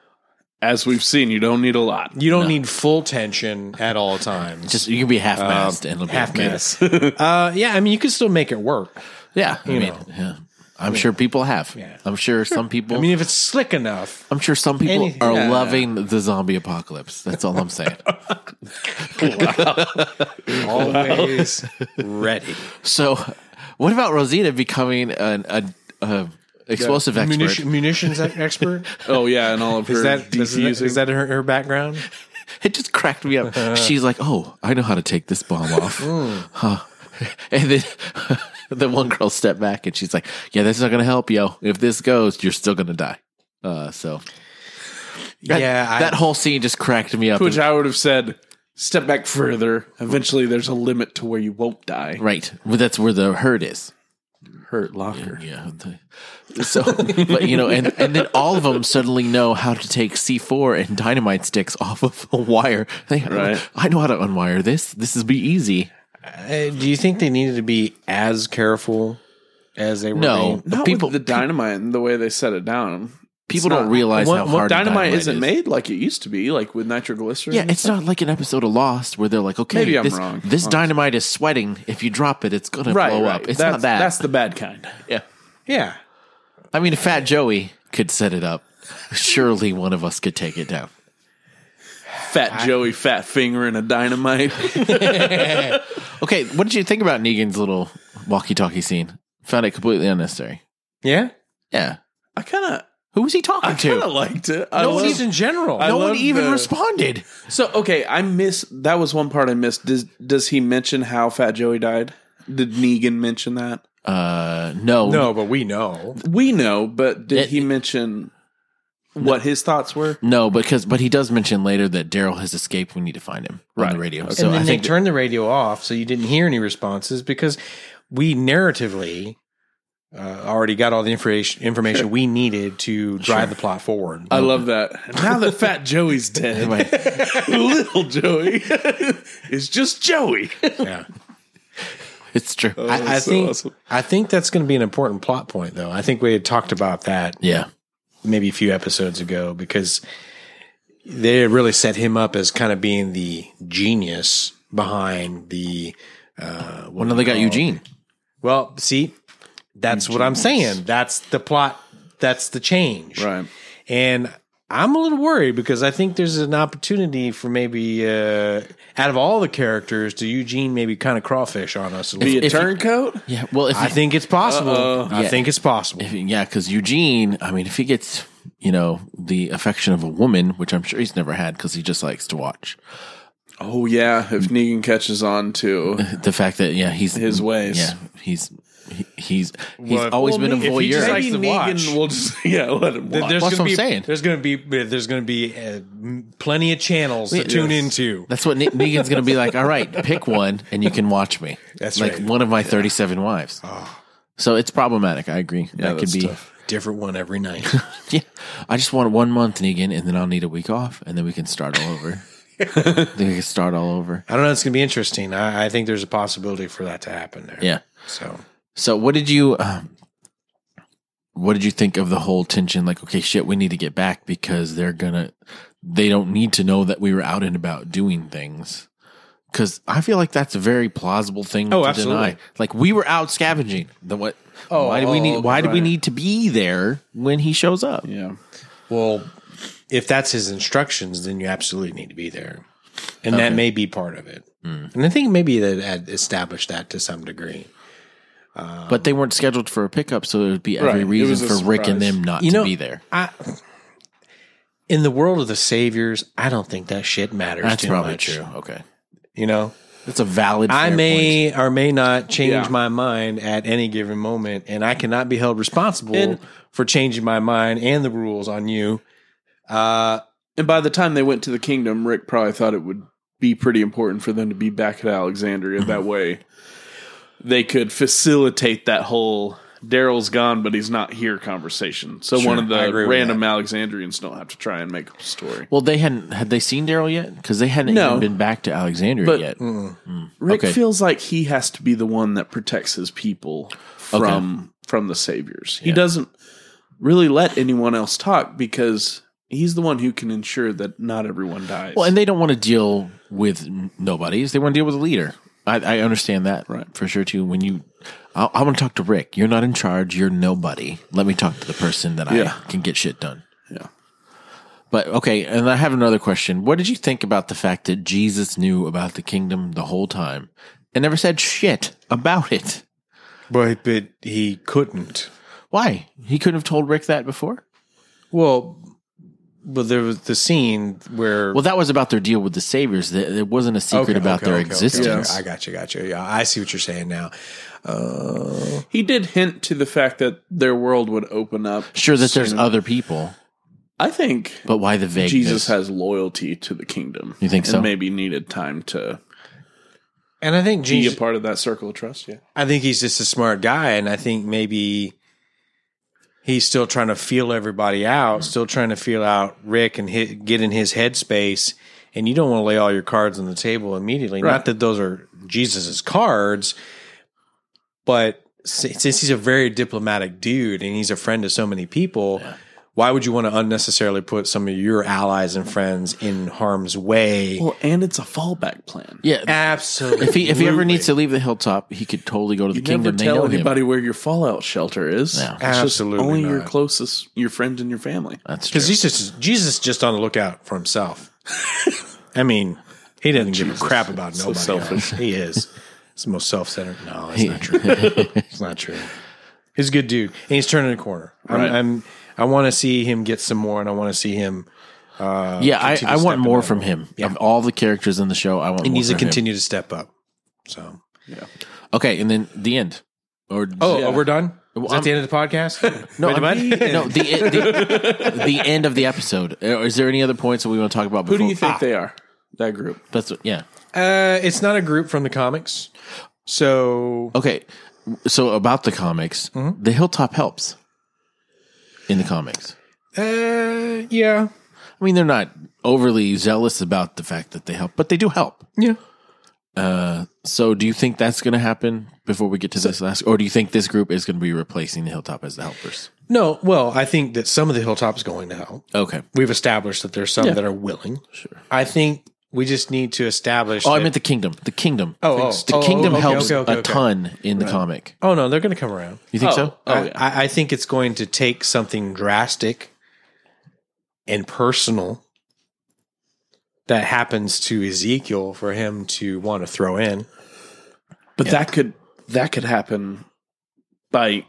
C: As we've seen, you don't need a lot.
A: you don't need full tension at all times
B: Just you can be half mast and it'll be
A: half
B: okay.
A: minutes uh yeah I mean you could still make it work
B: Yeah, I mean,
A: know.
B: yeah. I'm sure people have.
A: Yeah.
B: I'm sure, some people.
A: I mean if it's slick enough
B: I'm sure some people
A: Any-
B: are
A: yeah.
B: loving the zombie apocalypse. That's all I'm saying.
A: always ready
B: so, what about Rosita becoming an a, a explosive expert?
A: Munition- munitions e-, expert
C: Oh yeah, and all of her
A: Is that is,
C: defusing.
A: that- is that her, her background?
B: It just cracked me up. She's like, "Oh, I know how to take this bomb off."
A: Hmm.
B: Huh. And then the one girl stepped back and she's like, "Yeah, that's not going to help, yo. If this goes, you're still going to die." Uh, so that,
A: yeah, I,
B: that whole scene just cracked me up.
C: Which I would have said, step back further. Eventually, there's a limit to where you won't die.
B: right, well, that's where the hurt is.
C: Hurt Locker.
B: Yeah. the- So, but you know, and and then all of them suddenly know how to take C four and dynamite sticks off of a wire. They,
C: Right.
B: I know how to unwire this. This is be easy.
A: Uh, do you think they needed to be as careful as they were?
B: No.
A: being?
C: Not
B: People-
C: with the dynamite and the way they set it down.
B: People don't
C: not-
B: realize
A: what-
B: how
A: what
B: hard
C: dynamite, isn't
B: is.
C: made like it used to be, like with nitroglycerin.
B: Yeah, it's not like an episode of Lost where they're like, okay,
C: Maybe I'm
B: this,
C: wrong,
B: this
C: honestly.
B: dynamite is sweating. If you drop it, it's gonna
C: right.
B: blow
C: right.
B: up. It's
C: that's,
B: not that.
C: That's the bad kind.
B: yeah.
A: Yeah.
B: I mean, if Fat Joey could set it up. Surely one of us could take it down.
C: Fat Joey, fat finger, and a dynamite.
B: Okay, what did you think about Negan's little walkie-talkie scene? Found it completely unnecessary.
A: Yeah.
B: Yeah,
C: I kind of,
B: who was he talking
C: I
B: to?
C: kind of liked it. I
A: No, e-,
C: love-
A: just in general.
C: I-
B: no one
C: love
B: even
C: the-
B: responded.
C: so okay, I miss that was one part I missed. Does does he mention how Fat Joey died? Did Negan mention that?
B: Uh, no,
A: no, but we know.
C: We know, but did
B: It-
C: he mention what his thoughts were?
B: no, because but he does mention later that Daryl has escaped. We need to find him on
C: Right.
B: the radio.
C: Okay.
B: So
A: and then
B: I
A: they
B: think
A: turned the radio off, so you didn't hear any responses because we narratively uh, already got all the information information we needed to drive the plot forward.
C: I love that. Now that Fat Joey's dead, little Joey is just Joey.
A: yeah.
B: it's true. I-
A: I
C: so
A: think
C: awesome.
A: I think that's going to be an important plot point, though. I think we had talked about that
B: yeah,
A: maybe a few episodes ago because they really set him up as kind of being the genius behind the. Uh, what
B: well, now they got
A: do you call it?
B: Eugene.
A: Well, see, that's what I'm saying. That's the plot. That's the change.
C: Right.
A: And I'm a little worried because I think there's an opportunity for maybe uh, out of all the characters, to Eugene maybe kind of crawfish on us a little.
C: Be a
B: If- if-
C: turncoat?
B: Yeah, well, if
A: I think it's possible.
C: Uh-oh.
A: I
B: Yeah.
A: think it's possible.
B: If- yeah, because Eugene, I mean, if he gets, you know, the affection of a woman, which I'm sure he's never had because he just likes to watch,
C: Oh yeah, if Negan catches on to
B: the fact that, yeah, he's
C: His ways.
B: Yeah, he's, he, he's, he's
A: Well, if-
B: always been a
A: if he just
B: voyeur.
A: likes- to watch.
C: will just yeah let him
A: Th-
C: watch.
A: there's gonna
B: That's what I'm
A: be,
B: saying.
A: There's going to be there's going to be uh, m- plenty of channels to
B: Yeah.
A: tune
B: Yes.
A: into.
B: That's what Ne- Negan's going to be like. All right, pick one and you can watch me.
A: That's
B: like
A: right. Oh.
B: one of my 37 wives. So it's problematic. I agree. that could
C: that's
B: be,
C: tough.
A: Different one every night.
B: yeah. I just want one month, Negan, and then I'll need a week off and then we can start all over. then we can start all over.
A: I don't know. It's going to be interesting. I, I think there's a possibility for that to happen there.
B: Yeah.
A: So
B: So what did you um, what did you think of the whole tension? Like, okay, shit, we need to get back because they're gonna they don't need to know that we were out and about doing things. Cause I feel like that's a very plausible thing
A: Oh,
B: to
A: absolutely.
B: deny. Like we were out scavenging. The what oh, why do we
C: oh,
B: need why do we
C: right.
B: need to be there when he shows up?
C: yeah,
A: Well, if that's his instructions, then you absolutely need to be there. And that may be part of it.
B: Hmm.
A: And I think maybe they had established that to some degree.
B: But they weren't scheduled for a pickup, so there would be every
C: Right. It was
B: reason
C: a
B: for Rick and
C: surprise.
B: them not
A: You
B: to
A: know-
B: be there.
A: I, in the world of the saviors, I don't think that shit matters.
B: That's
A: too
B: probably
A: much,
B: true. Okay.
A: You know,
B: That's a valid.
A: I
B: fair point.
A: may or may not change
C: Yeah.
A: my mind at any given moment, and I cannot be held responsible
C: And-
A: for changing my mind and the rules on you. Uh,
C: And by the time they went to the kingdom, Rick probably thought it would be pretty important for them to be back at Alexandria. That way, they could facilitate that whole Daryl's gone, but he's not here conversation. So one of
A: I
C: the
A: agree with
C: random Alexandrians don't have to try and make up a story.
B: Well, they hadn't had they seen Daryl yet because they hadn't
C: No.
B: even been back to Alexandria
C: But-
B: yet.
C: Rick
B: okay.
C: feels like he has to be the one that protects his people from from the saviors. He doesn't really let anyone else talk because he's the one who can ensure that not everyone dies.
B: Well, and they don't want to deal with n- nobodies. They want to deal with a leader. I, I understand that
C: Right.
B: for sure too. When you, I, I want to talk to Rick. You're not in charge. You're nobody. Let me talk to the person that
C: Yeah.
B: I can get shit done.
C: yeah.
B: But okay, and I have another question. What did you think about the fact that Jesus knew about the kingdom the whole time and never said shit about it?
A: but but he couldn't.
B: Why? He couldn't have told Rick that before?
A: Well, but there was the scene where
B: Well, that was about their deal with the saviors. Th- There wasn't a
A: Okay,
B: secret about
A: okay,
B: their
A: okay, okay, okay.
B: existence.
A: I got you, got you. Yeah, I see what you're saying now.
C: He did hint to the fact that their world would open up.
B: Sure that there's
C: soon.
B: other people,
C: I think
B: but why the vagueness?
C: Jesus has loyalty to the kingdom.
B: You think
C: and
B: so?
C: Maybe needed time to
A: And I think
C: be a
A: Jesus,
C: part of that circle of trust. Yeah.
A: I think he's just a smart guy, and I think maybe he's still trying to feel everybody
B: Mm-hmm.
A: out, still trying to feel out Rick and hi get in his headspace. And you don't want to lay all your cards on the table immediately.
C: Right.
A: Not that those are Jesus's cards, but si- since he's a very diplomatic dude and he's a friend to so many people, why would you want to unnecessarily put some of your allies and friends in harm's way?
C: Well, and it's a fallback plan.
B: yeah.
A: Absolutely.
B: If he if he ever needs to leave the hilltop, he could totally go to the
C: You
B: kingdom.
C: never
B: They know
C: tell
B: him.
C: anybody where your fallout shelter is.
B: No.
C: It's just
A: Absolutely
C: only your
A: not.
C: closest, your friends and your family.
B: That's true.
A: Because he's just Jesus is just on the lookout for himself. I mean, he doesn't give a crap about nobody.
C: selfish.
A: else. He is. It's the most self-centered. No, that's not true. it's not true. He's a good dude, and he's turning a corner.
C: Right.
A: I'm, I'm I want to see him get some more, and I want to see him.
B: yeah, I, I
A: step
B: want
A: in
B: more
A: that
B: from him. Of all the characters in the show, I want
A: He
B: more
A: needs to
B: from him.
A: continue to step up. So,
C: Yeah.
B: Okay, and then the end. Or
A: oh,
C: Yeah.
A: oh, we're done. Is that
B: I'm-
A: the end of the podcast?
B: no,
A: Wait,
B: I'm-
A: am I-
B: no, the, the the end of the episode. Uh, Is there any other points that we want to talk about?
C: Who
B: Before?
C: do you think
B: Ah,
C: they are? That group.
B: that's what, yeah.
A: Uh, it's not a group from the comics, so
B: Okay, so about the comics,
C: Mm-hmm.
B: the Hilltop helps in the comics.
A: uh, yeah,
B: I mean, they're not overly zealous about the fact that they help, but they do help.
A: yeah.
B: So, do you think that's going to happen before we get to this last, or do you think this group is going to be replacing the Hilltop as the helpers?
A: No, well, I think that some of the hilltops going to help.
B: Okay.
A: We've established that there's some that are willing. Sure. I think we just need to establish.
B: Oh, I
A: that-
B: meant the kingdom. The kingdom.
A: Oh, oh,
B: the
A: oh,
B: kingdom
A: okay,
B: helps
A: okay, okay,
B: a
A: okay.
B: ton in the comic.
A: Oh no, they're going to come around.
B: You think so?
C: Oh,
A: I,
C: yeah.
A: Uh, I, I think it's going to take something drastic and personal that happens to Ezekiel for him to want to throw in.
C: But that could that could happen by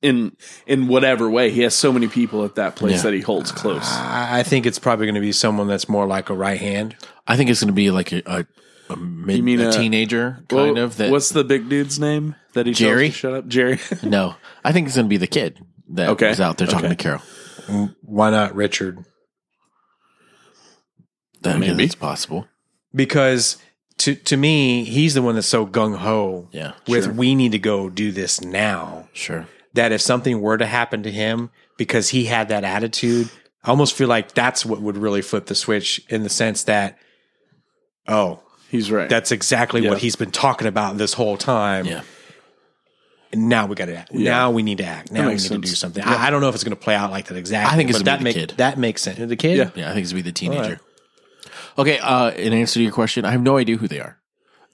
C: in in whatever way. He has so many people at that place
B: Yeah.
C: that he holds close.
A: I, I think it's probably going to be someone that's more like a right hand.
B: I think it's going to be like a, a, a, mid,
C: mean
B: a
C: a-
B: teenager
C: Well,
B: kind of that.
C: what's the big dude's name that he
B: Jerry?
C: tells to shut up? Jerry.
B: no, I think it's going to be the kid that
C: Okay.
B: was out there talking
C: Okay.
B: to Carol.
A: Why not Richard?
B: That, Maybe
C: Maybe.
B: that's possible.
A: Because to to me, he's the one that's so gung ho.
B: Yeah,
A: with
C: Sure.
A: we need to go do this now.
B: sure.
A: That if something were to happen to him because he had that attitude, I almost feel like that's what would really flip the switch in the sense that, oh,
C: He's right.
A: that's exactly
C: Yeah.
A: what he's been talking about this whole time.
B: Yeah.
A: And now we got to act. Now we need to act. Now we need
C: makes
A: to do
C: sense.
A: something. I, I don't know if it's going to play out like that exactly.
B: I think it's
A: but
B: gonna
A: that
B: be the
A: make,
B: kid.
A: that makes sense. The kid.
C: Yeah.
B: Yeah, I think it's going to be the teenager. Okay. Uh, in answer to your question, I have no idea who they are.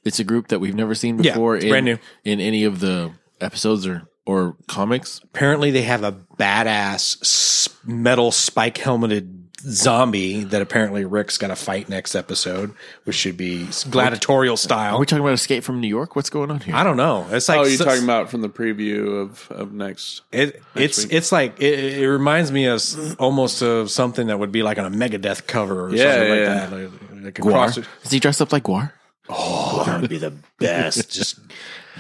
B: It's a group that we've never seen
A: Yeah,
B: before.
A: it's
B: in,
A: brand new.
B: in any of the episodes or or comics.
A: Apparently, they have a badass s- metal spike helmeted zombie that apparently Rick's got to fight next episode, which should be gladiatorial
B: Are
A: style.
B: we talking about Escape from New York? What's going on here?
A: I don't know. It's like
C: oh, you're
A: s-
C: talking about from the preview of of next.
A: it, it's
C: week.
A: it's like it, it reminds me of s- almost of something that would be like on a Megadeth cover or
C: Yeah,
A: something
C: yeah,
A: like that. Like, like a
B: Guar.
A: cross-
B: Is he dressed up like Guar?
A: Oh, that would be the best. Just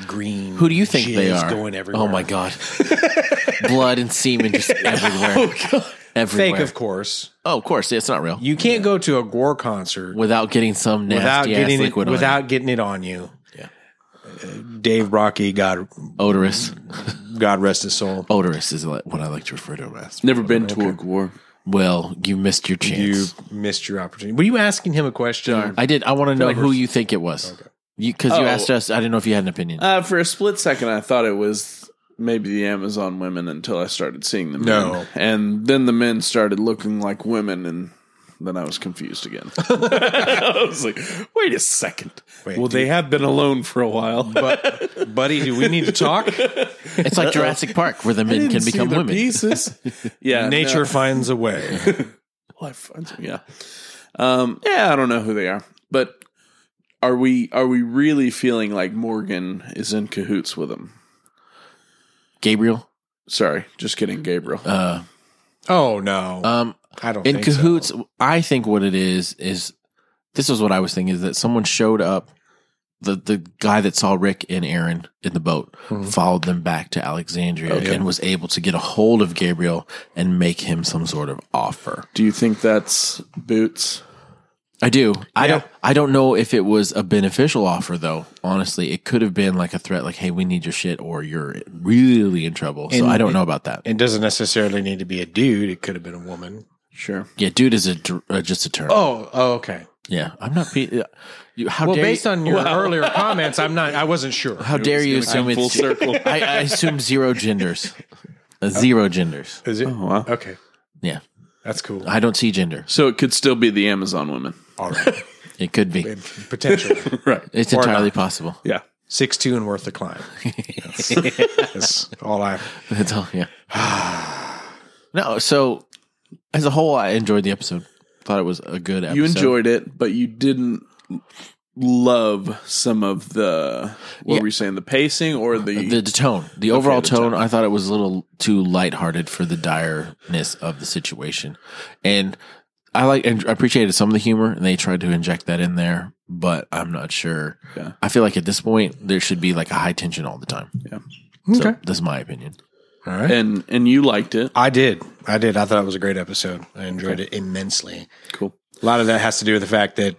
A: green.
B: Who do you think they
A: jizz
B: are?
A: Going everywhere. Oh,
B: Oh my god, blood and semen just everywhere. Everywhere.
A: Fake, of course.
B: oh, of course, yeah, it's not real.
A: You can't go to a gore concert
B: without getting some
A: without
B: nasty ass
A: getting it,
B: liquid without
A: without getting it on you.
B: Yeah.
A: Uh, Dave Brocky, God,
B: odorous.
A: God rest his soul.
B: Odorous is what I like to refer to him as.
C: Never been to a gore.
B: Well, you missed your
A: You
B: chance.
A: missed your opportunity. Were you asking him a question?
B: I did. I want to know who you think it was. You because you
C: Oh.
B: asked us. I didn't know if you had an opinion.
C: Uh, for a split second, I thought it was maybe the Amazon women until I started seeing the men.
A: No.
C: And then the men started looking like women, and then I was confused again. I was like, wait a second.
A: Wait,
C: well, they have been alone for a while.
A: but, buddy, do we need to talk?
B: it's like Jurassic Park, where the men can become women.
C: Pieces. yeah.
A: Nature finds a way.
C: no. Life finds- Yeah. Um, yeah, I don't know who they are. But are we are we really feeling like Morgan is in cahoots with them?
B: Gabriel.
C: Sorry, just kidding, Gabriel.
B: Uh,
A: Oh no,
B: um,
A: I don't.
B: in
A: think so.
B: cahoots. I think what it is is this is what I was thinking is that someone showed up. The the guy that saw Rick and Aaron in the boat
A: Mm-hmm.
B: followed them back to Alexandria and was able to get a hold of Gabriel and make him some sort of offer.
C: Do you think that's Boots?
B: I do. I
A: Yeah.
B: don't. I don't know if it was a beneficial offer though. Honestly, it could have been like a threat, like "Hey, we need your shit, or you're really in trouble." so
A: And-
B: I don't know about that.
A: It doesn't necessarily need to be a dude. It could have been a woman.
C: Sure.
B: yeah, dude is a dr- uh, just a term.
A: Oh, oh okay.
B: Yeah, I'm not. Pe- yeah. you, how
A: Well,
B: dare
A: based
B: you,
A: on your earlier comments, I'm not. I wasn't sure.
B: how dare you
C: It's gonna
B: assume
C: come
B: it's
C: full circle.
B: I, I assume zero genders, Uh, zero genders.
A: Is it?
C: wow.
A: Okay,
B: Yeah,
A: that's cool.
B: Oh, I don't see gender.
C: So it could still be the Amazon women.
A: All right,
B: It could be.
A: potentially
C: Right.
B: It's
A: Or
B: entirely possible.
C: Yeah.
A: six two and worth a climb. That's, that's all I.
B: That's all. Yeah. no. So as a whole, I enjoyed the episode. Thought it was a good episode.
C: You enjoyed it, but you didn't love some of the what
B: Yeah. Uh,
C: were you saying, the pacing or the,
B: the, the tone, the overall
C: the
B: tone, I thought it was a little too lighthearted for the direness of the situation, and I like and I appreciated some of the humor, and they tried to inject that in there, but I'm not sure.
C: Yeah.
B: I feel like at this point there should be like a high tension all the time. So
A: Okay,
B: this is my opinion.
A: all right.
C: and and you liked it.
A: I did. I did. I thought it was a great episode. I enjoyed it immensely.
C: Cool.
A: A lot of that has to do with the fact that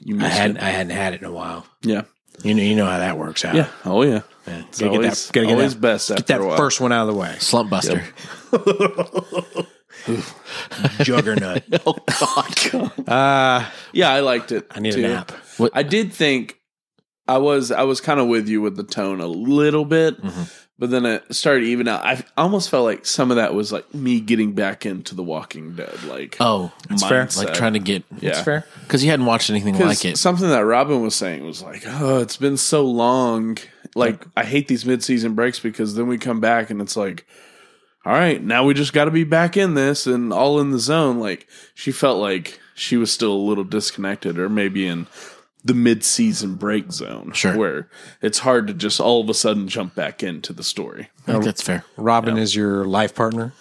C: You
A: I
C: missed
A: hadn't
C: it.
A: I hadn't had it in a while.
C: Yeah.
A: You know you know how that works out.
C: Yeah. Oh yeah. It's
A: Gotta get that-
C: always,
A: gotta get
C: always
A: that-
C: best after
A: Get that
C: a while.
A: first one out of the way.
B: Slump Buster.
A: Juggernaut.
B: oh God.
A: Uh,
C: Yeah, I liked it.
A: I need
C: too.
A: a nap.
B: What-
C: I did think I was I was kind of with you with the tone a little bit,
A: Mm-hmm.
C: but then it started even out. I almost felt like some of that was like me getting back into The Walking Dead, like
B: Oh,
A: fair.
B: like trying to get
C: yeah.
A: fair.
B: because you hadn't watched anything
C: 'Cause
B: like it.
C: Something that Robin was saying was like, "Oh, it's been so long. Like, I hate these mid-season breaks because then we come back and it's like, all right, now we just got to be back in this and all in the zone." Like, she felt like she was still a little disconnected, or maybe in the mid-season break zone,
B: Sure.
C: where it's hard to just all of a sudden jump back into the story.
B: I think that's fair.
A: Robin is your life partner.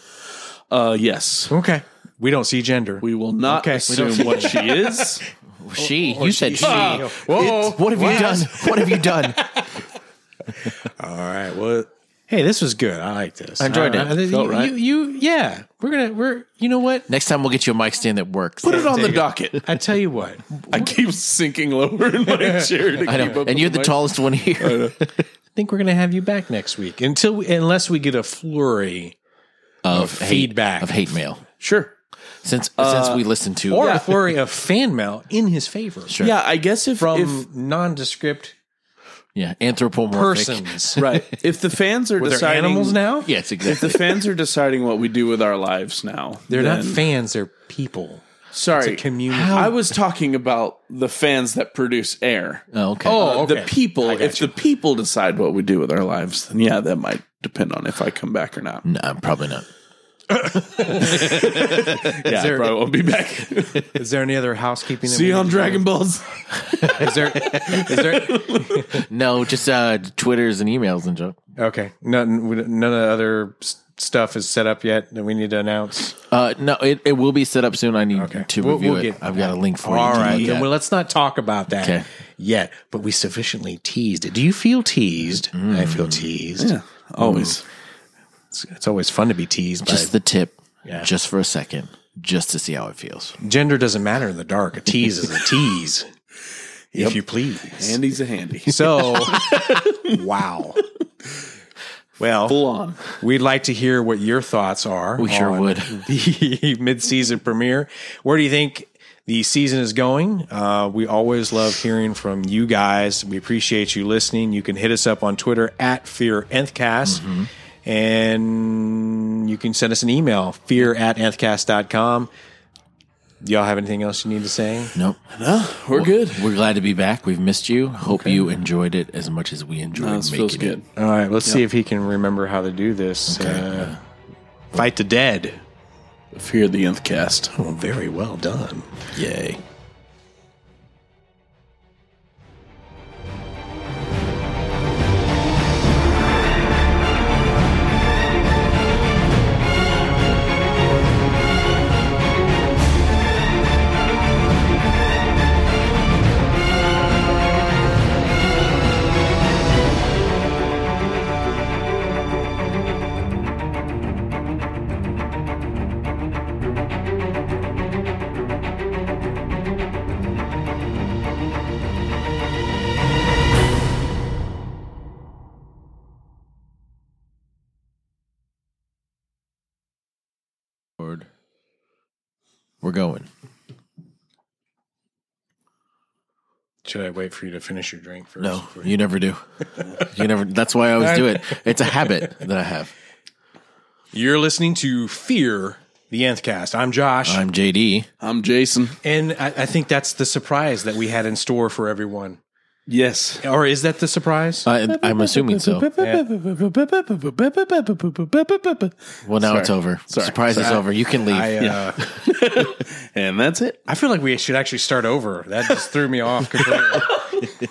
C: Uh, yes,
A: Okay. We don't see gender.
C: we will not
A: Okay. We don't
C: assume what she is.
B: Oh, She, you said she.
A: Ah,
C: Oh.
A: whoa.
B: What have you done? What have you done?
A: All right. Well, hey, this was good. I like this. I
B: enjoyed it.
A: I- you,
B: Felt right.
A: you, you, yeah. We're gonna. We're. You know what?
B: Next time we'll get you a mic stand that works.
C: Put it on the docket.
A: I tell you what. I
C: I keep sinking lower in my chair to
B: I
C: keep
B: know.
C: up
B: And you're
C: with
B: the
C: my-
B: tallest one here.
A: think we're gonna have you back next week until we, unless we get a flurry
B: Of
A: feedback.
B: Hate, of hate mail.
C: Sure.
B: Since since we listened to
A: Uh, or a flurry of fan mail in his favor
B: Sure.
C: Yeah, I guess if
A: from
C: if,
A: nondescript
B: yeah, anthropomorphic
A: persons.
C: right, if the fans are
A: Were there
C: deciding
A: animals now?
B: Yes,
C: if the
B: exactly.
C: fans are deciding what we do with our lives now,
A: They're not
C: then-
A: fans. They're people.
C: sorry,
A: It's a community.
C: I was talking about the fans that produce air.
B: oh, okay.
A: Oh, okay.
C: Uh, The people,
A: I got
C: if the people decide what we do with our lives, then yeah, that might depend on if I come back or not.
B: no, I'm probably not.
C: yeah, I
A: there-
C: probably won't be back.
A: Is there any other housekeeping? that
C: See
A: we
C: you on
A: need to
C: Dragon Balls.
A: do? Is there? Is there?
B: No, just uh, Twitters and emails and junk.
A: Okay. None. we don't- None of the other s- stuff is set up yet that we need to announce?
B: Uh, no, it, it will be set up soon. I need
A: Okay.
B: to
A: We'll-
B: review
A: we'll
B: it.
A: get-
B: I've got a link for
A: All
B: you. to
A: right.
B: look
A: Then
B: at.
A: well, let's not talk about that
B: Okay.
A: yet, but we sufficiently teased it. Do you feel teased? I feel teased.
C: Yeah, always.
A: It's, it's always fun to be teased.
B: just
A: by,
B: the tip,
A: Yeah.
B: just for a second, just to see how it feels.
A: gender doesn't matter in the dark. A tease is a tease, if you please.
C: Handy's a handy.
A: so, wow. Well,
C: Full on.
A: We'd like to hear what your thoughts are.
B: We sure
A: on
B: would.
A: The mid-season premiere. Where do you think the season is going? Uh, we always love hearing from you guys. We appreciate you listening. You can hit us up on Twitter at Fear Nthcast. And you can send us an email, fear at nthcast.com. Do y'all have anything else you need to say?
B: Nope.
C: We're good.
B: We're glad to be back. We've missed you. Hope you enjoyed it as much as we enjoyed
C: This
B: making
C: feels
B: it.
C: good.
A: All right, let's see if he can remember how to do this. Uh, fight the dead.
C: Fear the nth cast.
A: Oh, very well done.
B: Yay. Forward. We're going.
A: Should I wait for you to finish your drink first?
B: No, you never do. You never. That's why I always do it. It's a habit that I have.
A: You're listening to Fear the Nth Cast. I'm Josh.
B: I'm JD.
C: I'm Jason.
A: and I, I think that's the surprise that we had in store for everyone.
C: Yes.
A: Or is that the surprise?
B: I, I'm assuming so. Well, now it's over. Surprise is over. You can leave.
A: I, uh,
C: And that's it.
A: I feel like we should actually start over. That just threw me off completely.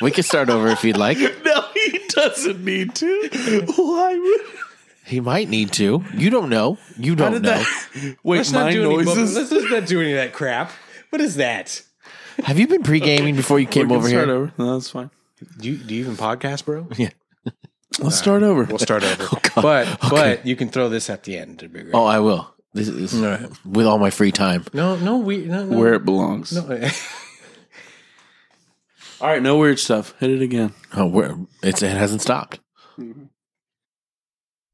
B: we can start over if you'd like.
C: No, he doesn't need to. Why would?
B: He might need to. You don't know. You don't know.
C: that? Wait,
A: Let's
C: my
A: not, do any,
C: noises.
A: let's not do any of that crap. What is that?
B: Have you been pre gaming before you came
C: We can
B: over
C: start
B: here?
C: over. No, that's fine.
A: Do you, do you even podcast, bro?
C: Let's start over.
A: We'll start over. but but you can throw this at the end. It'd be great.
B: Oh, I will. This is
A: right.
B: with all my free time.
A: No, no, we no, no.
C: Where it belongs. All right, no weird stuff. Hit it again.
B: Oh, we're, it's, it hasn't stopped.